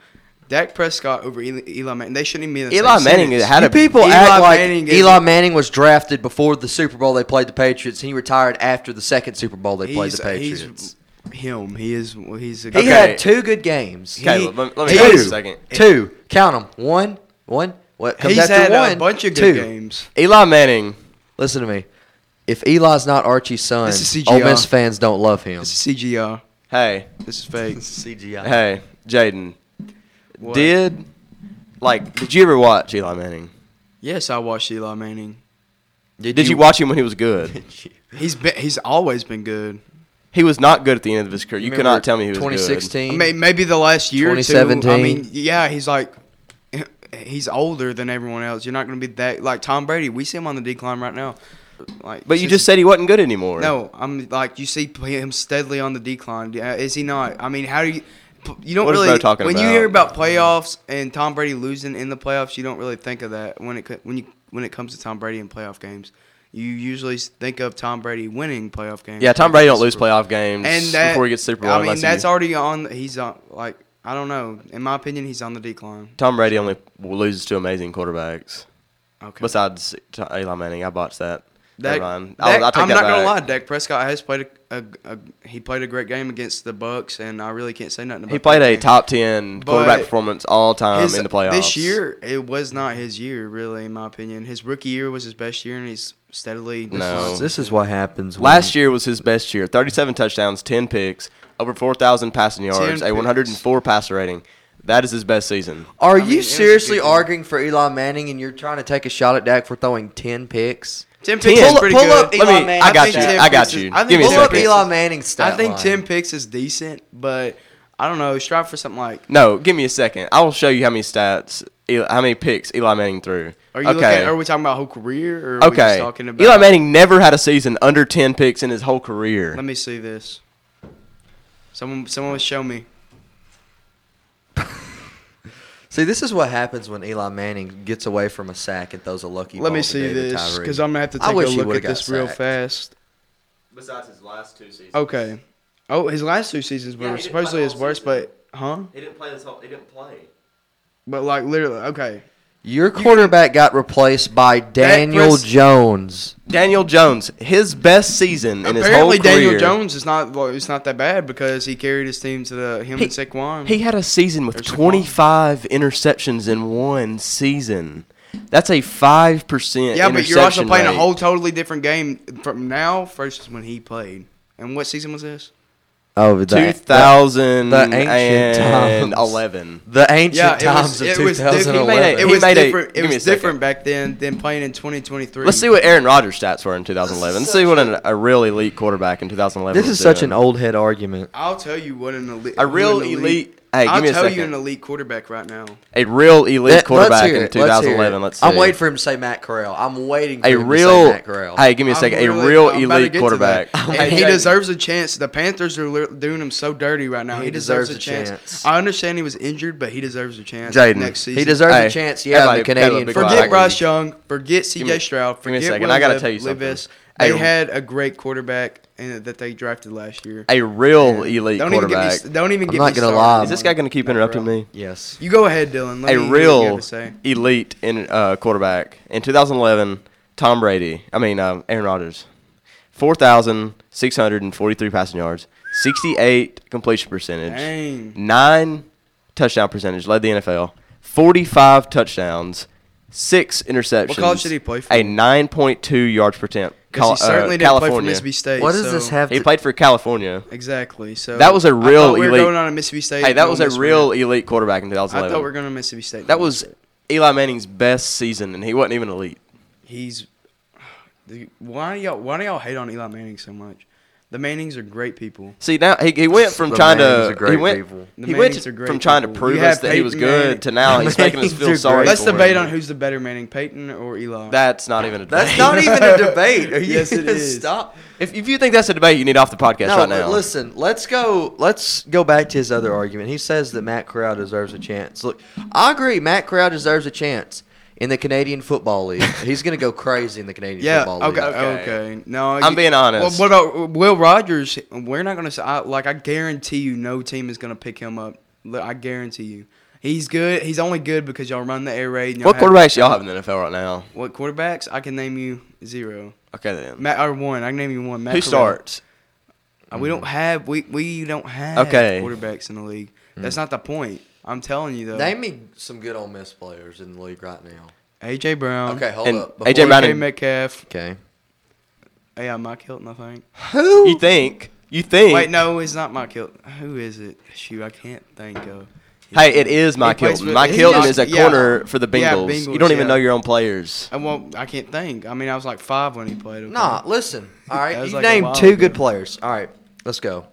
Speaker 4: Dak Prescott over Eli, Eli Manning. They shouldn't even be in the
Speaker 3: Eli
Speaker 4: same
Speaker 3: Manning
Speaker 4: sentence.
Speaker 3: had
Speaker 2: You
Speaker 3: a
Speaker 2: people
Speaker 4: Eli
Speaker 2: act like
Speaker 4: Manning is-
Speaker 2: Eli Manning was drafted before the Super Bowl they played the Patriots. and He retired after the second Super Bowl they played the
Speaker 4: he's-
Speaker 2: Patriots.
Speaker 4: He's him. He is. well, He's a
Speaker 2: He
Speaker 4: guy.
Speaker 2: had two good games. He-
Speaker 3: Caleb, let me- let me
Speaker 2: two,
Speaker 3: pause a second.
Speaker 2: Two, count them. One, one. What comes
Speaker 4: He's
Speaker 2: after
Speaker 4: had
Speaker 2: one?
Speaker 4: a bunch of
Speaker 2: two.
Speaker 4: good games.
Speaker 3: Eli Manning.
Speaker 2: Listen to me. If Eli's not Archie's son,
Speaker 4: This is
Speaker 2: Ole
Speaker 4: CGI.
Speaker 2: Miss fans don't love him.
Speaker 4: This is CGI.
Speaker 3: Hey,
Speaker 4: This is fake.
Speaker 2: CGI.
Speaker 3: hey, Jaden.
Speaker 4: What?
Speaker 3: Did like did you ever watch Eli Manning?
Speaker 4: Yes, I watched Eli Manning.
Speaker 3: Did, you, watch him when he was good?
Speaker 4: He's been. He's always been good.
Speaker 3: he was not good at the end of his career. You
Speaker 2: Remember
Speaker 3: cannot tell me he was
Speaker 2: 2016.
Speaker 3: 2016.
Speaker 4: I mean, maybe the last year or two. I
Speaker 2: 2017.
Speaker 4: mean, yeah, he's like he's older than everyone else. You're not going to be that like Tom Brady. We see him on the decline right now. Like,
Speaker 3: But you
Speaker 4: since-
Speaker 3: just said he wasn't good anymore.
Speaker 4: no. I'm like you see him steadily on the decline. Yeah, Is he not? I mean, how do you? You don't
Speaker 3: What is
Speaker 4: really
Speaker 3: Bo talking
Speaker 4: when you
Speaker 3: about?
Speaker 4: hear about playoffs and Tom Brady losing in the playoffs, you don't really think of that when it co- when you when it comes to Tom Brady in playoff games. You usually think of Tom Brady winning playoff games.
Speaker 3: Yeah, Tom Brady don't lose playoff games
Speaker 4: and that,
Speaker 3: before he gets Super Bowl.
Speaker 4: I mean,
Speaker 3: unless he-
Speaker 4: that's already on. He's on like I don't know. In my opinion, he's on the decline.
Speaker 3: Tom Brady only loses to amazing quarterbacks.
Speaker 4: Okay.
Speaker 3: Besides T- Eli Manning, I botched that.
Speaker 4: That,
Speaker 3: Never mind.
Speaker 4: that-
Speaker 3: I'll, I'll take
Speaker 4: I'm
Speaker 3: that
Speaker 4: not gonna lie.
Speaker 3: back.
Speaker 4: Dak Prescott has played a, a, a he played a great game against the Bucks, and I really can't say nothing. About
Speaker 3: He played
Speaker 4: that
Speaker 3: a
Speaker 4: game.
Speaker 3: top ten quarterback
Speaker 4: But
Speaker 3: performance all time
Speaker 4: His-
Speaker 3: in the playoffs.
Speaker 4: This year, it was not his year, really, in my opinion. His rookie year was his best year, and he's steadily.
Speaker 3: No.
Speaker 4: declining.
Speaker 2: This is what happens. when-
Speaker 3: Last year was his best year. 37 touchdowns, 10 picks, over 4,000 passing yards, a
Speaker 4: picks.
Speaker 3: 104 passer rating. That is his best season.
Speaker 2: Are
Speaker 4: I mean, it
Speaker 2: you
Speaker 4: was a
Speaker 2: seriously
Speaker 4: good game.
Speaker 2: arguing for Eli Manning and you're trying to take a shot at Dak for throwing 10 picks?
Speaker 4: Tim
Speaker 3: Ten.
Speaker 4: Picks is
Speaker 3: Pull-
Speaker 4: pretty
Speaker 2: pull
Speaker 4: good.
Speaker 2: up Eli Let me- Manning. I
Speaker 3: got
Speaker 4: think
Speaker 3: you.
Speaker 4: Tim
Speaker 3: I got
Speaker 4: Picks
Speaker 3: you.
Speaker 4: Is, I
Speaker 3: Give
Speaker 4: think
Speaker 3: me
Speaker 2: Pull
Speaker 3: Tim
Speaker 2: up
Speaker 4: Tim Picks-
Speaker 2: Eli Manning's stat
Speaker 4: I think
Speaker 2: line.
Speaker 4: Tim Picks is decent, but I don't know. Strive for something like.
Speaker 3: No, give me a second. I will show you how many stats, Eli, how many picks Eli Manning threw.
Speaker 4: Are you looking? At, are we talking about whole career? Or are We
Speaker 3: okay.
Speaker 4: just talking about.
Speaker 3: Eli Manning never had a season under 10 picks in his whole career.
Speaker 4: Let me see this. Someone, someone show me.
Speaker 2: See, this is what happens when Eli Manning gets away from a sack and throws a lucky
Speaker 4: Let
Speaker 2: ball
Speaker 4: me
Speaker 2: to
Speaker 4: see
Speaker 2: David
Speaker 4: this
Speaker 2: Tyree.
Speaker 4: because I'm gonna have to
Speaker 2: I
Speaker 4: take a
Speaker 2: wish he
Speaker 4: look
Speaker 2: would've got
Speaker 4: at this real
Speaker 2: sacked.
Speaker 4: fast.
Speaker 3: Besides his last two seasons.
Speaker 4: Okay. Oh, his last two seasons were
Speaker 3: Yeah, he didn't play
Speaker 4: supposedly
Speaker 3: all
Speaker 4: his worst,
Speaker 3: season.
Speaker 4: but huh?
Speaker 3: He didn't play this whole. He didn't play.
Speaker 4: But like literally, okay.
Speaker 2: Your quarterback got replaced by Daniel
Speaker 3: was-
Speaker 2: Jones.
Speaker 3: Daniel Jones, his best season in his whole
Speaker 4: Apparently,
Speaker 3: career.
Speaker 4: Daniel Jones is not well, it's not that bad because he carried his team to the him
Speaker 3: He-
Speaker 4: and Saquon.
Speaker 3: He had a season with
Speaker 4: There's Saquon.
Speaker 3: 25 interceptions in one season. That's a 5%
Speaker 4: yeah, but you're also
Speaker 3: interception
Speaker 4: playing a
Speaker 3: rate.
Speaker 4: whole totally different game from now versus when he played. And what season was this?
Speaker 2: Oh, the, the,
Speaker 3: 2011.
Speaker 2: the ancient
Speaker 4: Yeah, it
Speaker 2: times of
Speaker 4: was. It was, diff-
Speaker 2: 2011.
Speaker 3: He made
Speaker 4: it
Speaker 3: He
Speaker 4: was
Speaker 3: made a-
Speaker 4: different.
Speaker 3: give
Speaker 4: It
Speaker 3: me a
Speaker 4: was
Speaker 3: second.
Speaker 4: different back then than playing in 2023.
Speaker 3: Let's see what Aaron Rodgers' stats were in 2011. Let's see what an, a real elite quarterback in 2011
Speaker 2: this
Speaker 3: was
Speaker 2: is such an
Speaker 3: doing.
Speaker 2: old head argument.
Speaker 4: I'll tell you what an elite.
Speaker 3: A real
Speaker 4: who an
Speaker 3: elite- hey, give
Speaker 4: I'll
Speaker 3: me a
Speaker 4: tell you
Speaker 3: second.
Speaker 4: an elite quarterback right now.
Speaker 3: a real elite
Speaker 2: Let- let's
Speaker 3: quarterback
Speaker 2: hear
Speaker 3: in
Speaker 2: it. Let's hear it.
Speaker 3: 2011. Let's, see.
Speaker 2: I'm waiting for him to say Matt Corral. I'm waiting for
Speaker 3: a
Speaker 2: him to
Speaker 3: real.
Speaker 2: say Matt Corral.
Speaker 3: Hey, give me a
Speaker 4: I'm
Speaker 3: 2nd
Speaker 4: really-
Speaker 3: a real
Speaker 4: I'm about to
Speaker 3: elite
Speaker 4: get to that.
Speaker 3: quarterback. Oh
Speaker 4: And he
Speaker 2: Hey,
Speaker 4: deserves a chance. The Panthers are li- doing him so dirty right now.
Speaker 2: He
Speaker 4: He, deserves,
Speaker 2: deserves a
Speaker 4: a chance.
Speaker 2: chance.
Speaker 4: I understand he was injured, but he deserves a chance
Speaker 3: Jaden,
Speaker 4: next season.
Speaker 2: he deserves
Speaker 3: Hey,
Speaker 2: a chance. Yeah, in the
Speaker 3: everybody,
Speaker 2: Canadian.
Speaker 3: Caleb, big
Speaker 2: football
Speaker 4: Forget
Speaker 3: Right.
Speaker 2: league.
Speaker 4: Ross Young. Forget
Speaker 3: Give me-
Speaker 4: C.J. Stroud.
Speaker 3: give me a
Speaker 4: Forget
Speaker 3: second.
Speaker 4: Will
Speaker 3: I gotta
Speaker 4: Lev-
Speaker 3: tell you something.
Speaker 4: Levis.
Speaker 3: Hey,
Speaker 4: They
Speaker 3: r-
Speaker 4: had a great quarterback and that they drafted last year.
Speaker 3: a real
Speaker 4: And
Speaker 3: elite
Speaker 4: don't Even get me,
Speaker 3: quarterback.
Speaker 4: st- don't even
Speaker 2: I'm
Speaker 4: get
Speaker 2: not
Speaker 4: me
Speaker 2: gonna
Speaker 4: started.
Speaker 2: lie.
Speaker 3: Is this guy going to keep interrupting me?
Speaker 2: Yes.
Speaker 4: You go ahead, Dylan. Let
Speaker 3: a
Speaker 4: me hear what you have
Speaker 3: real
Speaker 4: to say.
Speaker 3: elite in, uh, quarterback in 2011. Tom Brady, I mean um, Aaron Rodgers, 4,643 passing yards, 68 completion percentage,
Speaker 4: Dang.
Speaker 3: nine touchdown percentage, led the NFL, 45 touchdowns, six interceptions.
Speaker 4: college did he play for?
Speaker 3: A 9.2 yards per attempt.
Speaker 4: 'Cause
Speaker 3: Cal-
Speaker 4: he
Speaker 3: uh,
Speaker 4: certainly didn't play for
Speaker 3: California.
Speaker 4: Mississippi State.
Speaker 2: What does
Speaker 4: so-
Speaker 2: this have?
Speaker 3: he
Speaker 2: to
Speaker 3: played for California.
Speaker 4: Exactly. So
Speaker 3: That was a
Speaker 4: I
Speaker 3: real
Speaker 4: thought We were
Speaker 3: elite-
Speaker 4: going on a Mississippi State.
Speaker 3: Hey, that
Speaker 4: and
Speaker 3: was a
Speaker 4: almost
Speaker 3: real
Speaker 4: ran.
Speaker 3: elite quarterback in
Speaker 4: I
Speaker 3: 2011.
Speaker 4: thought we were going to Mississippi State. and
Speaker 3: that
Speaker 4: almost
Speaker 3: was
Speaker 4: ran.
Speaker 3: Eli Manning's best season, and he wasn't even elite.
Speaker 4: He's. Dude, Why do y'all Why do y'all hate on Eli Manning so much? The Mannings are great people.
Speaker 3: See now he, he went from
Speaker 2: The
Speaker 3: trying
Speaker 2: Mannings are
Speaker 3: to
Speaker 2: great
Speaker 3: he went,
Speaker 2: people.
Speaker 4: The
Speaker 3: he went
Speaker 4: Mannings
Speaker 3: to-
Speaker 4: are great
Speaker 3: from trying to
Speaker 4: people.
Speaker 3: prove
Speaker 4: You
Speaker 3: us
Speaker 4: have
Speaker 3: that he was
Speaker 4: Peyton
Speaker 3: good
Speaker 4: Manning.
Speaker 3: to now
Speaker 2: The
Speaker 3: he's making us
Speaker 2: Mannings
Speaker 3: feel
Speaker 2: are
Speaker 3: sorry.
Speaker 2: great
Speaker 4: Let's
Speaker 3: for
Speaker 4: debate
Speaker 3: him.
Speaker 4: on who's the better Manning, Peyton or Eli.
Speaker 3: That's not even a debate.
Speaker 2: That's not even a debate. Are you
Speaker 4: Yes, it is.
Speaker 2: Stop.
Speaker 3: if, if you think that's a debate, you need off the podcast
Speaker 2: No, but
Speaker 3: right now.
Speaker 2: listen. Let's go. Let's go back to his other argument. He says that Matt Corral deserves a chance. Look, I agree. Matt Corral deserves a chance in the Canadian Football League. He's going to go crazy in the Canadian
Speaker 4: yeah.
Speaker 2: Football
Speaker 4: Okay,
Speaker 2: League.
Speaker 4: okay. No,
Speaker 3: I'm being honest.
Speaker 4: Well, what about Will Rogers? We're not going to say. I, like I guarantee you, no team is going to pick him up. Look, I guarantee you, he's good. He's only good because y'all run the air raid. And y'all
Speaker 3: what
Speaker 4: have-
Speaker 3: quarterbacks y'all have in the NFL right now?
Speaker 4: What quarterbacks? I can name you zero.
Speaker 3: Okay then.
Speaker 4: Matt or one. I can name you one. Matt
Speaker 3: Who
Speaker 4: Corral.
Speaker 3: starts? Mm.
Speaker 4: Uh, We don't have we we don't have
Speaker 3: Okay. Mm.
Speaker 4: quarterbacks in the league. That's not the point. I'm telling you though.
Speaker 2: Name me some good old Miss players in the league right now.
Speaker 4: AJ Brown.
Speaker 2: Okay, hold
Speaker 3: And
Speaker 2: up.
Speaker 3: AJ
Speaker 2: Before-
Speaker 3: Brown-
Speaker 4: AJ
Speaker 3: Manning.
Speaker 4: Metcalf.
Speaker 2: Okay.
Speaker 4: Yeah, Mike Hilton. I think.
Speaker 2: Who?
Speaker 3: You think? You think?
Speaker 4: Wait, no, it's not Mike Hilton. Who is it? Shoot, I can't think of.
Speaker 3: Hey, it is Mike
Speaker 4: plays
Speaker 3: Hilton.
Speaker 4: for-
Speaker 3: Mike
Speaker 4: he
Speaker 3: Hilton
Speaker 4: knocked-
Speaker 3: is a
Speaker 4: yeah.
Speaker 3: corner for the Bengals.
Speaker 4: Yeah,
Speaker 3: You
Speaker 4: Bengals,
Speaker 3: don't even
Speaker 4: yeah.
Speaker 3: know your own players.
Speaker 4: Uh, Well, I can't think. I mean, I was like five when he played. Okay?
Speaker 2: Nah, listen. All
Speaker 4: That
Speaker 2: right,
Speaker 4: was
Speaker 2: you
Speaker 4: like a
Speaker 2: named
Speaker 4: while
Speaker 2: two
Speaker 4: ago.
Speaker 2: good players. All right, let's go.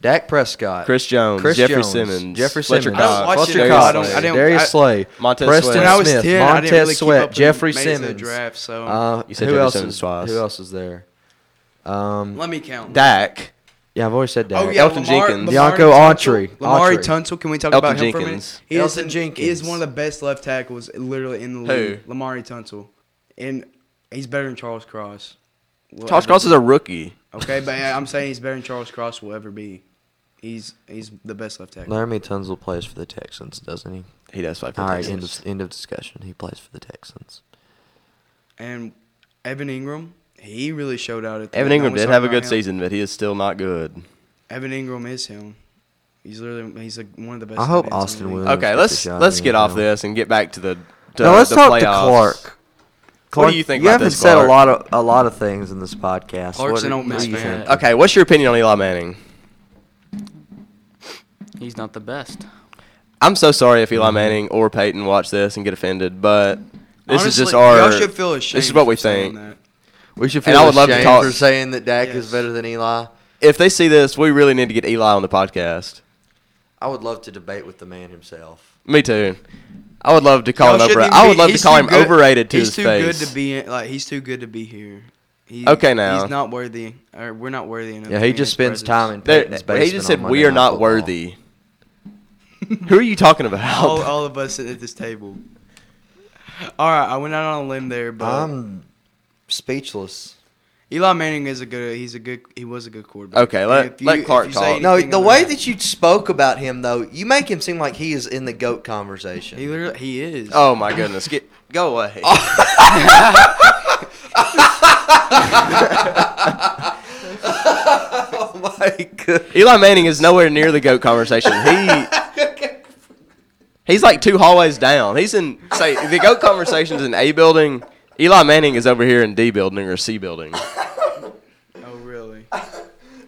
Speaker 2: Dak Prescott,
Speaker 3: Chris Jones,
Speaker 2: Chris
Speaker 3: Jeffrey
Speaker 2: Jones,
Speaker 3: Simmons,
Speaker 2: Jeffrey
Speaker 3: Fletcher
Speaker 2: Simmons,
Speaker 4: I don't watch
Speaker 2: Fletcher
Speaker 4: it.
Speaker 2: Cox,
Speaker 4: I don't- I don't-
Speaker 2: Darius
Speaker 4: I-
Speaker 2: Slay,
Speaker 3: Montez
Speaker 2: Preston
Speaker 3: Sweat.
Speaker 4: When I was
Speaker 2: Smith,
Speaker 4: ten, I
Speaker 2: Montez
Speaker 4: didn't really keep
Speaker 2: Sweat,
Speaker 4: up with
Speaker 2: Jeffrey
Speaker 4: Mason
Speaker 2: Simmons.
Speaker 4: draft. So
Speaker 2: Uh,
Speaker 3: You said
Speaker 2: who
Speaker 3: Jeffrey
Speaker 2: else
Speaker 3: Simmons
Speaker 2: is
Speaker 3: twice.
Speaker 2: who else is there? Um,
Speaker 4: let me count.
Speaker 3: Dak.
Speaker 2: yeah, I've always said Dak.
Speaker 4: Oh yeah,
Speaker 3: Elton
Speaker 4: Lamar,
Speaker 3: Jenkins.
Speaker 4: Lamar
Speaker 2: Bianco
Speaker 4: Tunsil.
Speaker 2: Autry.
Speaker 4: Lamar
Speaker 2: Autry.
Speaker 4: Tunsil. Can we talk
Speaker 3: Elton
Speaker 4: about
Speaker 3: Jenkins.
Speaker 4: him for a minute? He is
Speaker 2: Elton
Speaker 4: an-
Speaker 2: Jenkins.
Speaker 4: He is one of the best left tackles literally in the
Speaker 3: Who?
Speaker 4: league. Lamar Tunsil, and he's better than Charles Cross. Will
Speaker 3: Charles
Speaker 4: ever
Speaker 3: Cross
Speaker 4: be.
Speaker 3: is a rookie.
Speaker 4: okay, but I'm saying he's better than Charles Cross will ever be. He's he's the best left tackle.
Speaker 2: Laramie Tunzel plays for the Texans, doesn't he?
Speaker 3: He does play for
Speaker 2: All
Speaker 3: the
Speaker 2: right, end
Speaker 3: Texans.
Speaker 2: of, end of discussion. He plays for the Texans.
Speaker 4: And Evan Ingram, he really showed out at the
Speaker 3: Evan
Speaker 4: end. I
Speaker 3: Ingram
Speaker 4: always
Speaker 3: did
Speaker 4: talk
Speaker 3: have a
Speaker 4: about
Speaker 3: good
Speaker 4: him.
Speaker 3: season, but he is still not good.
Speaker 4: Evan Ingram is him. He's literally he's like one of the best.
Speaker 2: I hope
Speaker 4: tight ends in
Speaker 2: Austin
Speaker 4: the league.
Speaker 2: Williams-
Speaker 3: Okay,
Speaker 2: Let's
Speaker 3: let's
Speaker 2: get the shot
Speaker 3: let's
Speaker 2: in
Speaker 3: get
Speaker 2: now.
Speaker 3: off this and get back to the. To
Speaker 2: now let's
Speaker 3: the
Speaker 2: talk to
Speaker 3: playoffs.
Speaker 2: Clark. Clark,
Speaker 3: What do you think
Speaker 2: You
Speaker 3: about
Speaker 2: haven't
Speaker 3: this,
Speaker 2: said a
Speaker 3: Clark?
Speaker 2: lot of a lot of things in this podcast. What
Speaker 5: Clark's an
Speaker 2: do-
Speaker 5: Ole
Speaker 2: what do
Speaker 5: Miss
Speaker 2: you
Speaker 5: fan.
Speaker 2: think?
Speaker 3: Okay, what's your opinion on Eli Manning?
Speaker 5: He's not the best.
Speaker 3: I'm so sorry if Eli Manning or Peyton watch this and get offended, but this is just
Speaker 4: Honestly,
Speaker 3: our.
Speaker 4: Y'all should feel ashamed.
Speaker 3: This is what we
Speaker 4: for saying
Speaker 3: think.
Speaker 4: that.
Speaker 2: We should feel
Speaker 3: And I would love to
Speaker 2: ashamed
Speaker 3: talk-
Speaker 2: for saying that Dak is
Speaker 4: Yes.
Speaker 2: better than Eli.
Speaker 3: If they see this, we really need to get Eli on the podcast.
Speaker 2: I would love to debate with the man himself.
Speaker 3: Me too. I would love to call
Speaker 4: Y'all
Speaker 3: him
Speaker 4: shouldn't
Speaker 3: overrated.
Speaker 4: even
Speaker 3: I
Speaker 4: be-
Speaker 3: would love to
Speaker 4: he's
Speaker 3: call
Speaker 4: too
Speaker 3: him
Speaker 4: good-
Speaker 3: overrated to
Speaker 4: he's
Speaker 3: his
Speaker 4: too
Speaker 3: face.
Speaker 4: good to be in- like he's too good to be here. He-
Speaker 3: Okay, now.
Speaker 4: he's not worthy, or we're not worthy enough.
Speaker 2: Yeah,
Speaker 4: to
Speaker 2: he
Speaker 4: be in
Speaker 2: just
Speaker 4: his
Speaker 2: spends
Speaker 4: presence.
Speaker 2: time in
Speaker 3: There-
Speaker 2: Peyton's
Speaker 3: he
Speaker 2: basement
Speaker 3: just
Speaker 2: on
Speaker 3: said
Speaker 2: Monday
Speaker 3: we are
Speaker 2: Night
Speaker 3: not
Speaker 2: Football."
Speaker 3: worthy. Who are you talking about?
Speaker 4: all, all of us sitting at this table. All right, I went out on a limb there, but
Speaker 2: I'm speechless.
Speaker 4: Eli Manning is a good. He's a good. He was a good quarterback.
Speaker 3: Okay, let-
Speaker 4: If you-
Speaker 3: let
Speaker 4: if
Speaker 3: Clark
Speaker 4: you say
Speaker 3: talk.
Speaker 2: No,
Speaker 4: anything
Speaker 2: the
Speaker 4: other
Speaker 2: way
Speaker 4: than-
Speaker 2: that you spoke about him though, you make him seem like he is in the goat conversation.
Speaker 4: he literally he is.
Speaker 3: Oh my goodness, get go away.
Speaker 2: oh my god.
Speaker 3: Eli Manning is nowhere near the goat conversation. He he's like two hallways down. He's in say the goat conversation's in A building. Eli Manning is over here in D building or C building.
Speaker 4: Oh really?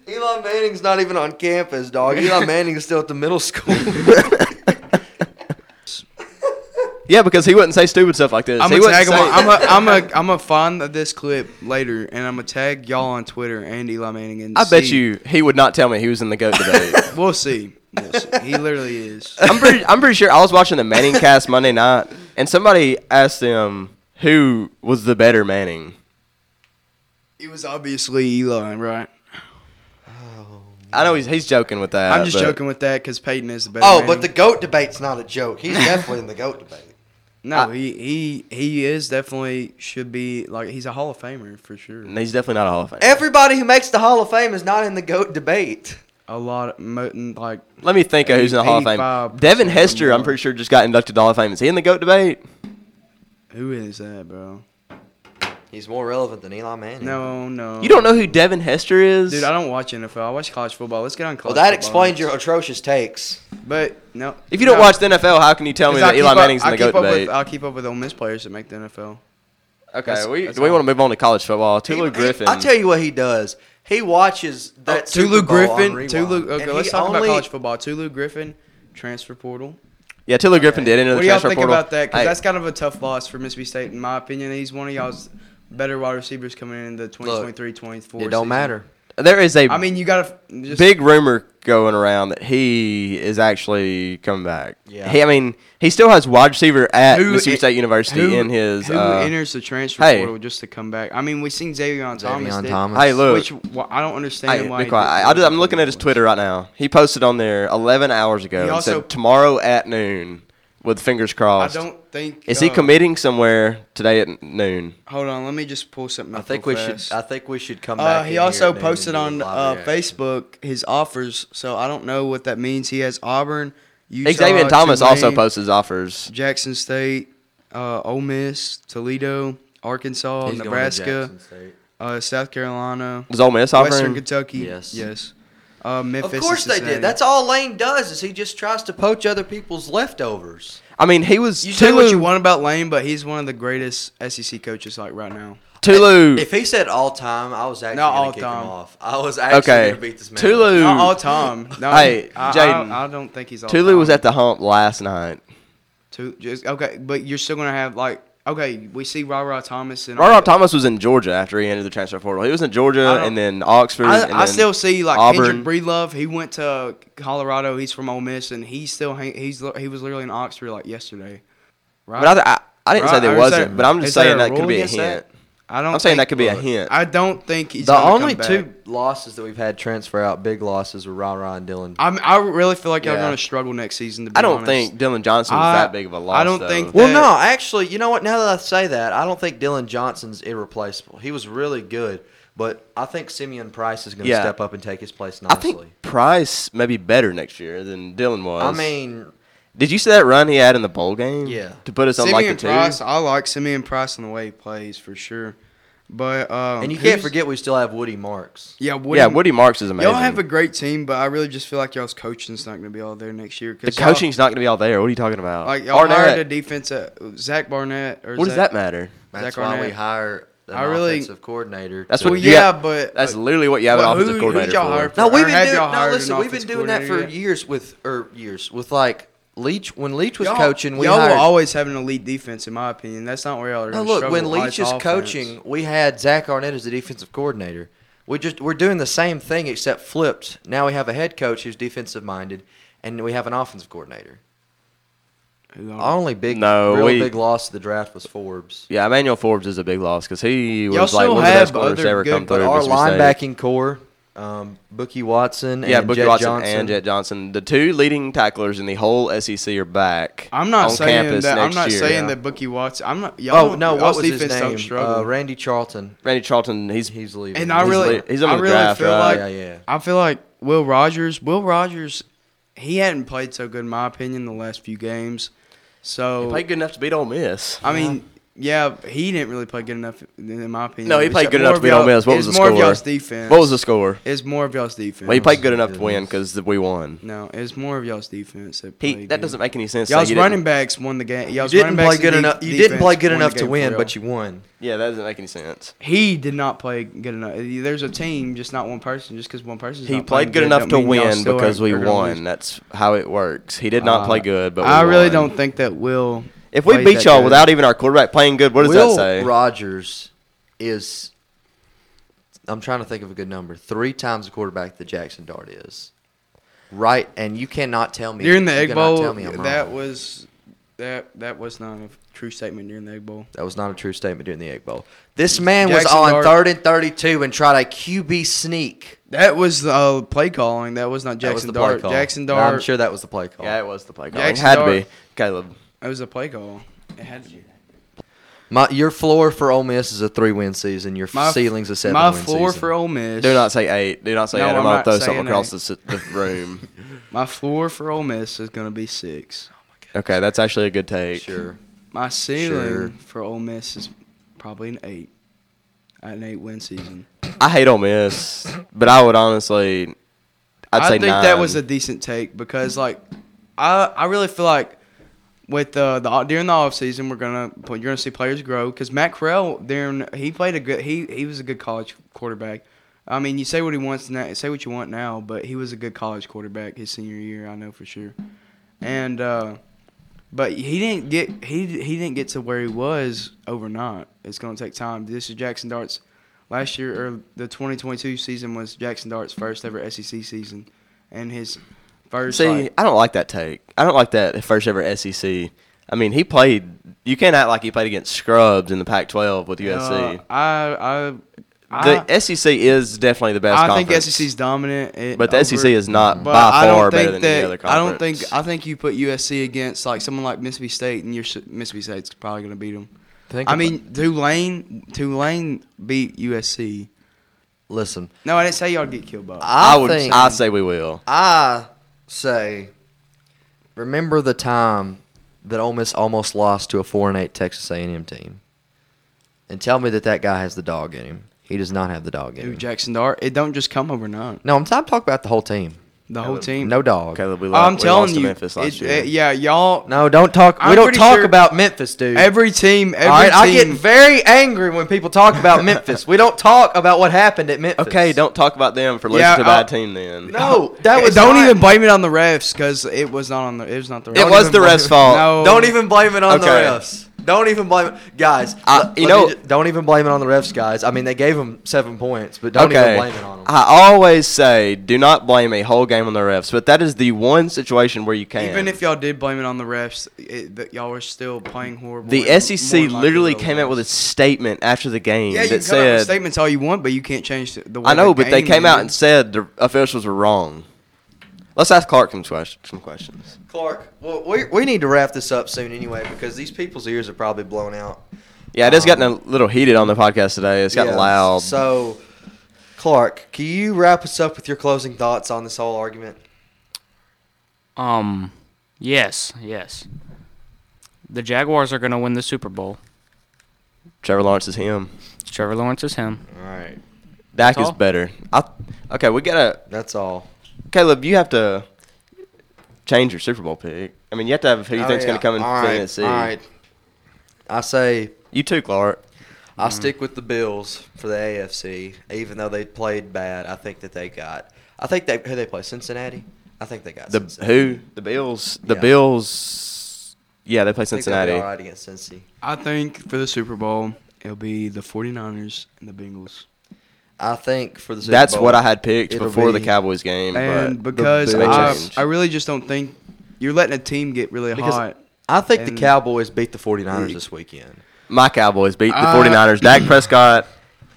Speaker 2: Eli Manning's not even on campus, dog. Eli Manning is still at the middle school.
Speaker 3: Yeah, because he wouldn't say stupid stuff like this.
Speaker 4: I'm
Speaker 3: he
Speaker 4: gonna
Speaker 3: wouldn't
Speaker 4: tag him.
Speaker 3: say-
Speaker 4: on- I'm gonna I'm gonna I'm gonna find this clip later, and I'm gonna tag y'all on Twitter and Eli Manning. And
Speaker 3: I bet
Speaker 4: see.
Speaker 3: you he would not tell me he was in the goat debate.
Speaker 4: We'll see. We'll see. He literally is.
Speaker 3: I'm pretty, I'm pretty sure I was watching the Manning cast Monday night, and somebody asked him who was the better Manning.
Speaker 4: It was obviously Eli, right?
Speaker 2: Oh,
Speaker 3: I know he's he's joking with that.
Speaker 4: I'm just
Speaker 3: but-
Speaker 4: joking with that because Peyton is the better.
Speaker 2: oh,
Speaker 4: Manning.
Speaker 2: but the goat debate's not a joke. He's definitely in the goat debate.
Speaker 4: no, he he he is definitely should be like he's a Hall of Famer for sure.
Speaker 3: He's definitely not a Hall of Famer.
Speaker 2: Everybody who makes the Hall of Fame is not in the goat debate.
Speaker 4: A lot of mo- like
Speaker 3: Let me think of who's in the Hall of Fame.
Speaker 4: 85%
Speaker 3: Devin
Speaker 4: or
Speaker 3: Hester, I'm
Speaker 4: more.
Speaker 3: pretty sure, just got inducted to the Hall of Fame. Is he in the GOAT debate?
Speaker 4: who is that, bro?
Speaker 2: He's more relevant than Eli Manning.
Speaker 4: No, no.
Speaker 3: Mm. You don't know who Devin Hester is?
Speaker 4: Dude, I don't watch NFL. I watch college football. Let's get on
Speaker 2: Well,
Speaker 4: college.
Speaker 2: that
Speaker 4: football.
Speaker 2: explains your atrocious takes.
Speaker 4: But no,
Speaker 3: if you don't
Speaker 4: no,
Speaker 3: watch the NFL, how can you tell me
Speaker 4: 'cause
Speaker 3: that
Speaker 4: I keep
Speaker 3: Eli
Speaker 4: up-
Speaker 3: Manning's in
Speaker 4: I
Speaker 3: the GOAT
Speaker 4: keep up with-
Speaker 3: debate?
Speaker 4: I'll keep up with Ole Miss players that make the NFL.
Speaker 3: okay,
Speaker 4: that's-
Speaker 3: we,
Speaker 4: that's
Speaker 3: do we
Speaker 4: all.
Speaker 3: want to move on to college football? Tulu
Speaker 2: He- he-
Speaker 3: Griffin.
Speaker 2: I'll tell you what he does. He watches that
Speaker 4: Oh,
Speaker 2: Super
Speaker 4: Tulu
Speaker 2: Bowl on
Speaker 4: Griffin.
Speaker 2: rewind.
Speaker 4: Tulu. Okay,
Speaker 2: And
Speaker 4: let's
Speaker 2: he
Speaker 4: talk about
Speaker 2: only-
Speaker 4: college football. Tulu Griffin, transfer portal.
Speaker 3: yeah, Tulu Griffin did enter
Speaker 4: What
Speaker 3: the
Speaker 4: do y'all
Speaker 3: transfer
Speaker 4: think
Speaker 3: portal.
Speaker 4: about that? Because
Speaker 3: Hey,
Speaker 4: that's kind of a tough loss for Mississippi State, in my opinion. He's one of y'all's better wide receivers coming in the 2023-24
Speaker 2: It don't matter.
Speaker 3: there is a
Speaker 4: I mean, you got to just
Speaker 3: big rumor going around that he is actually coming back.
Speaker 2: Yeah.
Speaker 3: He, I mean, he still has wide receiver at
Speaker 4: Who
Speaker 3: Mississippi
Speaker 4: i-
Speaker 3: State University
Speaker 4: who-
Speaker 3: in his.
Speaker 4: who
Speaker 3: uh,
Speaker 4: enters the transfer
Speaker 3: hey.
Speaker 4: portal just to come back. I mean, we seen Xavier Thomas.
Speaker 2: Xavion
Speaker 4: did,
Speaker 2: Thomas.
Speaker 3: hey, look.
Speaker 4: Which wh- I don't understand
Speaker 3: Hey,
Speaker 4: why. he
Speaker 3: Nick, I,
Speaker 4: did-
Speaker 3: I, am looking at his Twitter right now. He posted on there 11 hours ago
Speaker 4: He
Speaker 3: and
Speaker 4: also-
Speaker 3: said tomorrow at noon with fingers
Speaker 4: I
Speaker 3: crossed.
Speaker 4: don't think.
Speaker 3: Is he
Speaker 4: uh,
Speaker 3: committing somewhere today at noon?
Speaker 4: Hold on, let me just pull something.
Speaker 2: I
Speaker 4: Up
Speaker 2: think we
Speaker 4: real
Speaker 2: should.
Speaker 4: fast.
Speaker 2: I think we should come
Speaker 4: Uh,
Speaker 2: back.
Speaker 4: he also posted on uh, Facebook his offers, so I don't know what that means. He has Auburn, Utah,
Speaker 3: Xavier Thomas also
Speaker 4: Tulane,
Speaker 3: posts his offers.
Speaker 4: Jackson State, uh, Ole Miss, Toledo, Arkansas, Nebraska, uh, South Carolina,
Speaker 3: Is Ole Miss
Speaker 4: Western
Speaker 3: offering?
Speaker 4: Kentucky.
Speaker 2: Yes.
Speaker 4: yes. Uh,
Speaker 2: Of
Speaker 4: Memphis. and
Speaker 2: course they did.
Speaker 4: Cincinnati.
Speaker 2: That's all Lane does is he just tries to poach other people's leftovers.
Speaker 3: I mean, he was
Speaker 4: You say what you
Speaker 3: Tulu.
Speaker 4: want about Lane, but he's one of the greatest SEC coaches like right now.
Speaker 3: Tulu.
Speaker 2: If he said all time, I was actually
Speaker 4: Not
Speaker 2: gonna
Speaker 4: all
Speaker 2: kick
Speaker 4: time.
Speaker 2: him off. I was actually
Speaker 3: Okay.
Speaker 2: gonna beat this man.
Speaker 3: Tulu.
Speaker 4: Not all time. No,
Speaker 3: Hey,
Speaker 4: I- I-
Speaker 3: Jaden.
Speaker 4: I, don't think he's all
Speaker 3: Tulu
Speaker 4: time.
Speaker 3: was at the hump last night.
Speaker 4: Two, just, okay, but you're still gonna have like okay, we see Ra Ra Thomas and all
Speaker 3: Ronald
Speaker 4: that.
Speaker 3: Thomas was in Georgia after he entered the transfer portal. He was in Georgia
Speaker 4: don't-
Speaker 3: and then Oxford. and
Speaker 4: I, I
Speaker 3: then-
Speaker 4: still see like
Speaker 3: Auburn.
Speaker 4: Kendrick Breedlove. He went to Colorado. He's from Ole Miss, and he's still hang, he's li- he was literally in Oxford like yesterday. Right?
Speaker 3: But I, th- I, I didn't say
Speaker 4: Right, I
Speaker 3: there
Speaker 4: would say-
Speaker 3: wasn't, but I'm just
Speaker 4: is there
Speaker 3: saying
Speaker 4: a
Speaker 3: that could
Speaker 4: rule
Speaker 3: be a
Speaker 4: against
Speaker 3: hint.
Speaker 4: that? I don't.
Speaker 3: I'm saying that
Speaker 4: think-
Speaker 3: could be a
Speaker 4: look,
Speaker 3: hint.
Speaker 4: I don't think he's
Speaker 2: The
Speaker 4: gonna come
Speaker 2: only
Speaker 4: back.
Speaker 2: two losses that we've had transfer out, big losses, were Ra Ra and Dylan.
Speaker 4: I'm, I really feel like y'all
Speaker 3: Yeah.
Speaker 4: gonna struggle next season. To be
Speaker 3: I don't
Speaker 4: honest.
Speaker 3: think Dylan Johnson was
Speaker 4: I-
Speaker 3: that big of a loss.
Speaker 4: don't
Speaker 3: though.
Speaker 4: think-
Speaker 2: Well,
Speaker 4: that-
Speaker 2: no, actually, you know what? Now that I say that, I don't think Dylan Johnson's irreplaceable. He was really good, but I think Simeon Price is going to
Speaker 3: Yeah.
Speaker 2: step up and take his place.
Speaker 3: I
Speaker 2: Honestly,
Speaker 3: think Price may be better next year than Dylan was.
Speaker 2: I mean,
Speaker 3: did you see that run he had in the bowl game?
Speaker 2: Yeah.
Speaker 3: to put us on
Speaker 4: Simeon
Speaker 3: like the two.
Speaker 4: Price. I like Simeon Price and the way he plays for sure. But um,
Speaker 2: and you can't
Speaker 4: who's-
Speaker 2: forget we still have Woody Marks.
Speaker 4: Yeah, Woody,
Speaker 3: yeah, Woody Marks is amazing.
Speaker 4: Y'all have a great team, but I really just feel like y'all's coaching's not going to be all there next year. 'cause
Speaker 3: the
Speaker 4: y'all-
Speaker 3: coaching's not going to be all there. What are you talking about?
Speaker 4: like y'all
Speaker 3: Barnett,
Speaker 4: hired a defense at Zach Barnett. Or
Speaker 3: what does
Speaker 4: Zach-
Speaker 3: that matter?
Speaker 2: That's
Speaker 4: Zach
Speaker 2: why we
Speaker 4: Arnett.
Speaker 2: hire an
Speaker 4: I really-
Speaker 2: offensive coordinator.
Speaker 3: That's
Speaker 2: to-
Speaker 3: what.
Speaker 4: Well,
Speaker 3: you
Speaker 4: yeah,
Speaker 3: got-
Speaker 4: but- uh,
Speaker 3: that's literally what you have
Speaker 4: But
Speaker 3: an offensive
Speaker 4: who- who'd
Speaker 3: coordinator
Speaker 4: y'all
Speaker 3: for.
Speaker 4: hire
Speaker 2: No,
Speaker 4: or
Speaker 2: we've been
Speaker 4: have
Speaker 2: doing.
Speaker 4: y'all
Speaker 2: No,
Speaker 4: hired
Speaker 2: listen,
Speaker 4: an
Speaker 2: we've been
Speaker 4: offensive
Speaker 2: doing that for
Speaker 4: coordinator yet?
Speaker 2: years with or years with like Leach when Leach was
Speaker 4: y'all,
Speaker 2: coaching. We
Speaker 4: y'all
Speaker 2: hired.
Speaker 4: will always have an elite defense, in my opinion. That's not where y'all are.
Speaker 2: No,
Speaker 4: gonna
Speaker 2: look,
Speaker 4: struggle.
Speaker 2: when
Speaker 4: Like,
Speaker 2: Leach is
Speaker 4: offense.
Speaker 2: coaching, we had Zach Arnett as the defensive coordinator. We just we're doing the same thing except flipped. Now we have a head coach who's defensive minded, and we have an offensive coordinator.
Speaker 4: Who y'all-
Speaker 2: Our only big,
Speaker 3: No,
Speaker 2: real
Speaker 3: we-
Speaker 2: big loss of the draft was Forbes.
Speaker 3: Yeah, Emmanuel Forbes is a big loss because he
Speaker 4: Y'all
Speaker 3: was like
Speaker 4: still
Speaker 3: one of the best
Speaker 4: have
Speaker 3: corners to
Speaker 4: other
Speaker 3: ever
Speaker 4: good-
Speaker 3: come
Speaker 4: but
Speaker 3: through.
Speaker 2: But our
Speaker 3: Mississippi State.
Speaker 2: linebacking core um, Bookie Watson.
Speaker 3: Yeah,
Speaker 2: and
Speaker 3: Booker
Speaker 2: Jet
Speaker 3: Watson
Speaker 2: Johnson.
Speaker 3: and Jet Johnson, the two leading tacklers in the whole SEC, are back.
Speaker 4: I'm not
Speaker 3: on
Speaker 4: saying
Speaker 3: campus
Speaker 4: that. I'm
Speaker 3: next
Speaker 4: not
Speaker 3: year.
Speaker 4: saying
Speaker 2: yeah.
Speaker 4: that Bookie Watson. I'm not. Y'all,
Speaker 2: Oh
Speaker 4: don't-
Speaker 2: no, what
Speaker 4: y'all's
Speaker 2: was his
Speaker 4: defense don't
Speaker 2: name?
Speaker 4: struggle.
Speaker 2: Uh, Randy Charlton.
Speaker 3: Randy Charlton. He's
Speaker 2: He's leaving.
Speaker 4: and I
Speaker 2: He's
Speaker 4: really,
Speaker 2: leaving.
Speaker 3: he's up in
Speaker 4: I
Speaker 3: the
Speaker 4: really
Speaker 3: draft,
Speaker 4: feel
Speaker 3: right?
Speaker 4: like
Speaker 2: yeah, yeah.
Speaker 4: I feel like Will Rogers. Will Rogers, he hadn't played so good in my opinion the last few games. So
Speaker 3: he played good enough to beat Ole Miss.
Speaker 4: I mean, yeah, he didn't really play good enough in my opinion.
Speaker 3: No, he played
Speaker 4: It's
Speaker 3: good
Speaker 4: more
Speaker 3: enough to
Speaker 4: of
Speaker 3: beat Ole
Speaker 4: y'all-
Speaker 3: Miss. What was
Speaker 4: it's
Speaker 3: the
Speaker 4: more
Speaker 3: score?
Speaker 4: of y'all's defense.
Speaker 3: What was the score?
Speaker 4: It's more of y'all's defense.
Speaker 3: Well, he played good enough to win
Speaker 2: Goodness.
Speaker 3: because we won.
Speaker 4: No, it's more of y'all's defense. That
Speaker 3: He
Speaker 4: played
Speaker 3: that
Speaker 4: good.
Speaker 3: doesn't make any sense. to say
Speaker 4: Y'all's
Speaker 3: he didn't-
Speaker 4: running backs won the game.
Speaker 2: You
Speaker 4: Y'all's
Speaker 2: didn't
Speaker 4: running backs
Speaker 2: play
Speaker 4: and
Speaker 2: good
Speaker 4: de-
Speaker 2: enough. You didn't play
Speaker 4: defense
Speaker 2: good
Speaker 4: won the
Speaker 2: enough to
Speaker 4: game for
Speaker 2: win,
Speaker 4: y'all.
Speaker 2: but you won.
Speaker 3: Yeah, that doesn't make any sense.
Speaker 4: he did not play good enough. There's a team, just not one person. Just because one person.
Speaker 3: He played good enough to win because we won. That's how it works. He did not play good, but
Speaker 4: Uh, I
Speaker 3: we
Speaker 4: really
Speaker 3: won.
Speaker 4: don't think that will.
Speaker 3: If we
Speaker 4: played
Speaker 3: beat
Speaker 4: that
Speaker 3: y'all
Speaker 4: good.
Speaker 3: without even our quarterback playing good, what does
Speaker 2: Will
Speaker 3: that say?
Speaker 2: Rogers is. I'm trying to think of a good number. Three times the quarterback that Jackson Dart is. Right, and you cannot tell me
Speaker 4: during the
Speaker 2: you
Speaker 4: Egg
Speaker 2: cannot
Speaker 4: Bowl,
Speaker 2: tell me I'm
Speaker 4: that
Speaker 2: wrong.
Speaker 4: was that that was not a true statement during the Egg Bowl.
Speaker 2: That was not a true statement during the Egg Bowl. This man
Speaker 4: Jackson
Speaker 2: was on
Speaker 4: Dart-
Speaker 2: third and 32 and tried a QB sneak.
Speaker 4: That was the uh, play calling. That was not
Speaker 2: That was
Speaker 4: Jackson
Speaker 2: the play
Speaker 4: Dart.
Speaker 2: call.
Speaker 4: Jackson
Speaker 2: No,
Speaker 4: Dart.
Speaker 2: I'm sure that was the play call.
Speaker 3: Yeah, it was the play call. It
Speaker 4: Jackson
Speaker 3: had to
Speaker 4: Dart-
Speaker 3: be Caleb.
Speaker 4: It was a play call. It had to be.
Speaker 2: My, your floor for Ole Miss is a three-win season. Your ceiling's a seven-win
Speaker 4: My
Speaker 2: season.
Speaker 4: floor for Ole Miss.
Speaker 3: Do not say eight. Do not say
Speaker 4: No,
Speaker 3: eight. I'm
Speaker 4: I'm
Speaker 3: gonna
Speaker 4: not
Speaker 3: throw something
Speaker 4: saying
Speaker 3: across
Speaker 4: eight.
Speaker 3: the, s- the room.
Speaker 4: My floor for Ole Miss is going to be six.
Speaker 3: Okay, that's actually a good take.
Speaker 2: Sure.
Speaker 4: My ceiling
Speaker 2: Sure.
Speaker 4: for Ole Miss is probably an eight. An eight win season.
Speaker 3: I hate Ole Miss, but I would honestly, I'd
Speaker 4: I
Speaker 3: say
Speaker 4: think
Speaker 3: nine.
Speaker 4: that was a decent take because like I I really feel like with uh, the during the offseason we're gonna you're gonna see players grow because Matt Corral during he played a good he he was a good college quarterback. I mean you say what he wants now say what you want now, but he was a good college quarterback his senior year I know for sure, and uh, but he didn't get he he didn't get to where he was overnight. It's gonna take time. This is Jackson Dart's last year or the 2022 season was Jackson Dart's first ever SEC season, and his first
Speaker 3: See,
Speaker 4: like,
Speaker 3: I don't like that take. I don't like that first ever SEC. I mean, he played. You can't act like he played against scrubs in the Pac-12 with USC.
Speaker 4: Uh, I I Uh, I,
Speaker 3: the SEC is definitely the best.
Speaker 4: I think E
Speaker 3: conference,
Speaker 4: SEC's dominant. It-
Speaker 3: but the SEC
Speaker 4: over-
Speaker 3: is not
Speaker 4: but
Speaker 3: by
Speaker 4: I don't
Speaker 3: far better than
Speaker 4: think
Speaker 3: any
Speaker 4: that-
Speaker 3: other
Speaker 4: I
Speaker 3: conference.
Speaker 4: don't think I think you put USC against like someone like Mississippi State, and your Mississippi State's probably gonna beat them.
Speaker 2: Think
Speaker 4: I
Speaker 2: about-
Speaker 4: mean, Tulane Tulane beat USC.
Speaker 2: listen,
Speaker 4: No, I didn't say y'all get killed by.
Speaker 2: I,
Speaker 3: would.
Speaker 2: think
Speaker 3: I say we will.
Speaker 2: I say, remember the time that Ole Miss almost lost to a four and eight Texas A and M team, and tell me that that guy has the dog in him. He does not have the dog in
Speaker 4: Dude,
Speaker 2: him.
Speaker 4: Jackson Dart, it don't just come overnight.
Speaker 2: No, I'm, I'm talking about the whole team.
Speaker 4: The whole team.
Speaker 2: No dog.
Speaker 3: Caleb, we lost,
Speaker 4: I'm telling
Speaker 3: we lost
Speaker 4: you,
Speaker 3: to Memphis last
Speaker 4: it-
Speaker 3: year.
Speaker 4: it- yeah, y'all.
Speaker 2: No, don't talk. we
Speaker 4: I'm
Speaker 2: don't
Speaker 4: pretty
Speaker 2: talk
Speaker 4: sure-
Speaker 2: about Memphis, dude.
Speaker 4: Every team, every
Speaker 2: All right, I get
Speaker 4: team.
Speaker 2: very angry when people talk about Memphis. We don't talk about what happened at Memphis.
Speaker 3: okay, don't talk about them for losing
Speaker 4: Yeah,
Speaker 3: to a bad
Speaker 4: I'll-
Speaker 3: team. Then
Speaker 2: No, that was
Speaker 4: don't
Speaker 2: not-
Speaker 4: even blame it on the refs because it was not on the. It was not the. Refs.
Speaker 3: it was
Speaker 2: even
Speaker 3: the
Speaker 2: blame-
Speaker 3: refs' fault.
Speaker 4: No.
Speaker 2: Don't even blame it on the
Speaker 3: Okay.
Speaker 2: refs. Don't even blame it, guys.
Speaker 3: I-
Speaker 2: let-
Speaker 3: you
Speaker 2: let me
Speaker 3: know-
Speaker 2: ju- don't even blame it on the refs, guys. I mean, they gave them seven points, but don't even blame it on them.
Speaker 3: I always say do not blame a whole game on the refs, but that is the one situation where you can.
Speaker 4: Even if y'all did blame it on the refs, it, that y'all were still playing horrible.
Speaker 3: the
Speaker 4: and more
Speaker 3: SEC
Speaker 4: likely
Speaker 3: literally
Speaker 4: they'll
Speaker 3: came out
Speaker 4: lose.
Speaker 3: with a statement after the game
Speaker 4: yeah, you can
Speaker 3: that
Speaker 4: come out with
Speaker 3: said,
Speaker 4: statements all you want, but you can't change the. the way
Speaker 3: "I know,"
Speaker 4: the
Speaker 3: but they
Speaker 4: game
Speaker 3: came out and
Speaker 4: ended.
Speaker 3: said the officials were wrong. Let's ask Clark some, ques- some questions.
Speaker 2: Clark, well, we, we need to wrap this up soon anyway because these people's ears are probably blown out.
Speaker 3: Yeah, it has gotten a little heated on the podcast today. It's gotten
Speaker 2: Yeah,
Speaker 3: loud.
Speaker 2: So, Clark, can you wrap us up with your closing thoughts on this whole argument?
Speaker 5: Um, yes, yes. The Jaguars are going to win the Super Bowl.
Speaker 3: Trevor Lawrence is him.
Speaker 5: Trevor Lawrence is him.
Speaker 2: All right,
Speaker 3: Dak
Speaker 5: That's
Speaker 3: is
Speaker 5: all.
Speaker 3: better. I, okay, we gotta.
Speaker 2: that's all.
Speaker 3: Caleb, you have to change your Super Bowl pick. I mean, you have to have who you
Speaker 2: Oh,
Speaker 3: think's
Speaker 2: yeah.
Speaker 3: going to come in
Speaker 2: All
Speaker 3: for
Speaker 2: right,
Speaker 3: Tennessee.
Speaker 2: All right, I say
Speaker 3: You too, Clark. Mm-hmm.
Speaker 2: I stick with the Bills for the AFC, even though they played bad. I think that they got. I think they who they play Cincinnati. I think they got
Speaker 3: The
Speaker 2: Cincinnati.
Speaker 3: who? The Bills. The
Speaker 2: Yeah.
Speaker 3: Bills. Yeah, they play
Speaker 2: I think they'll be
Speaker 3: Cincinnati.
Speaker 2: all right against Cincy.
Speaker 4: I think for the Super Bowl, it'll be the 49ers and the Bengals.
Speaker 2: I think for the Super
Speaker 3: That's
Speaker 2: Bowl,
Speaker 3: what I had picked
Speaker 2: it'll
Speaker 3: before the
Speaker 2: be-
Speaker 3: Cowboys game.
Speaker 4: And
Speaker 3: but
Speaker 4: because
Speaker 3: the Bills-
Speaker 4: I,
Speaker 3: Change.
Speaker 4: I really just don't think you're letting a team get really
Speaker 2: Because
Speaker 4: hot.
Speaker 2: I think the
Speaker 4: And-
Speaker 2: Cowboys beat the 49ers this weekend. Oh
Speaker 3: my Cowboys beat the
Speaker 4: Uh,
Speaker 3: 49ers. Dak Prescott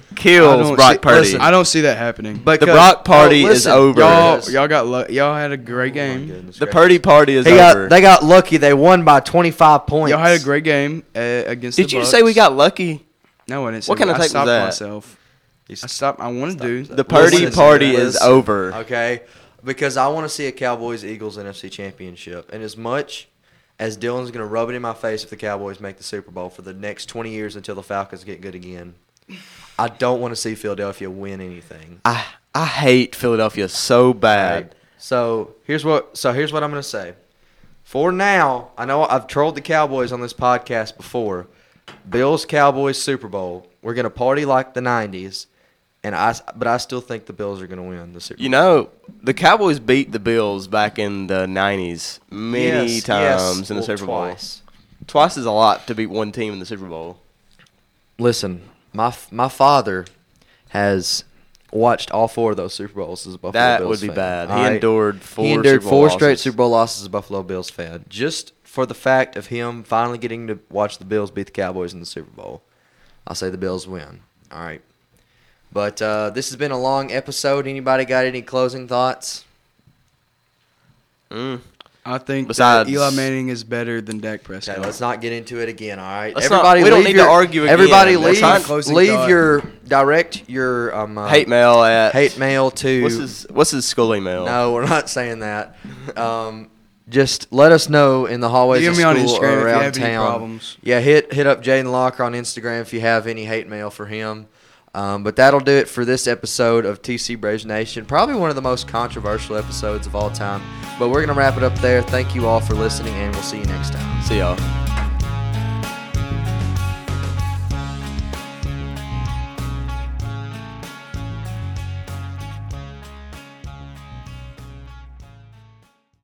Speaker 4: I
Speaker 3: kills
Speaker 4: don't
Speaker 3: Brock
Speaker 4: see-
Speaker 3: Purdy.
Speaker 2: listen,
Speaker 4: I don't see that happening.
Speaker 2: But oh,
Speaker 3: the Brock party is over.
Speaker 4: y'all,
Speaker 2: Yes. Oh
Speaker 4: y'all got luck. Y'all had a great game.
Speaker 3: the Purdy party is
Speaker 2: They
Speaker 3: over.
Speaker 2: got, they got lucky. They won by 25 points.
Speaker 4: Y'all had a great game uh, against.
Speaker 3: Did
Speaker 4: the
Speaker 3: you say we
Speaker 4: Bucs.
Speaker 3: got lucky?
Speaker 4: No, I didn't. Say
Speaker 3: What
Speaker 4: that.
Speaker 3: kind of
Speaker 4: I
Speaker 3: tape was
Speaker 4: stopped
Speaker 3: that?
Speaker 4: myself. I stopped. I wanted to.
Speaker 3: The Purdy
Speaker 2: Listen to
Speaker 3: party
Speaker 2: that.
Speaker 3: is
Speaker 2: Listen.
Speaker 3: over.
Speaker 2: Okay, because I want to see a Cowboys Eagles NFC Championship, and as much as Dylan's gonna rub it in my face if the Cowboys make the Super Bowl for the next 20 years until the Falcons get good again, I don't want to see Philadelphia win anything.
Speaker 3: I I hate Philadelphia so bad.
Speaker 2: Right. So here's what. So here's what I'm gonna say. For now, I know I've trolled the Cowboys on this podcast before. Bills Cowboys Super Bowl. We're gonna party like the '90s, and I. s- But I still think the Bills are gonna win the Super.
Speaker 3: You
Speaker 2: Bowl.
Speaker 3: know, the Cowboys beat the Bills back in the '90s many
Speaker 2: Yes, yes,
Speaker 3: times in the
Speaker 2: well,
Speaker 3: Super
Speaker 2: twice.
Speaker 3: Bowl. Twice is a lot to beat one team in the Super Bowl.
Speaker 2: Listen, my f- my father has watched all four of those Super Bowls as a Buffalo
Speaker 3: That
Speaker 2: Bills
Speaker 3: would
Speaker 2: fan,
Speaker 3: be bad. He
Speaker 2: all
Speaker 3: endured four
Speaker 2: He endured
Speaker 3: Super Bowl
Speaker 2: four straight
Speaker 3: losses.
Speaker 2: Super Bowl losses as a Buffalo Bills fan, just for the fact of him finally getting to watch the Bills beat the Cowboys in the Super Bowl. I say the Bills win. All right, but uh, this has been a long episode. Anybody got any closing thoughts?
Speaker 3: Mm.
Speaker 4: I think
Speaker 3: Besides-
Speaker 4: that Eli Manning is better than Dak Prescott.
Speaker 2: Okay, let's not get into it again. All right,
Speaker 3: Let's not-
Speaker 2: everybody.
Speaker 3: we don't
Speaker 2: leave
Speaker 3: need to
Speaker 2: your,
Speaker 3: argue again.
Speaker 2: Everybody
Speaker 3: Let's
Speaker 2: leave.
Speaker 3: not-
Speaker 4: Closing
Speaker 2: leave
Speaker 4: thought.
Speaker 2: your direct your um, uh,
Speaker 3: hate mail at
Speaker 2: hate mail to
Speaker 3: What's his What's his school email?
Speaker 2: No, we're not saying that. Um, just let us know in the hallways
Speaker 4: DM
Speaker 2: of
Speaker 4: me
Speaker 2: school
Speaker 4: on Instagram if
Speaker 2: or
Speaker 4: you
Speaker 2: around
Speaker 4: have any
Speaker 2: town.
Speaker 4: problems.
Speaker 2: Yeah, hit hit up Jaden Locker on Instagram if you have any hate mail for him. Um, but that'll do it for this episode of TC Braves Nation. Probably one of the most controversial episodes of all time. But we're gonna wrap it up there. Thank you all for listening, and we'll see you next time.
Speaker 3: See y'all.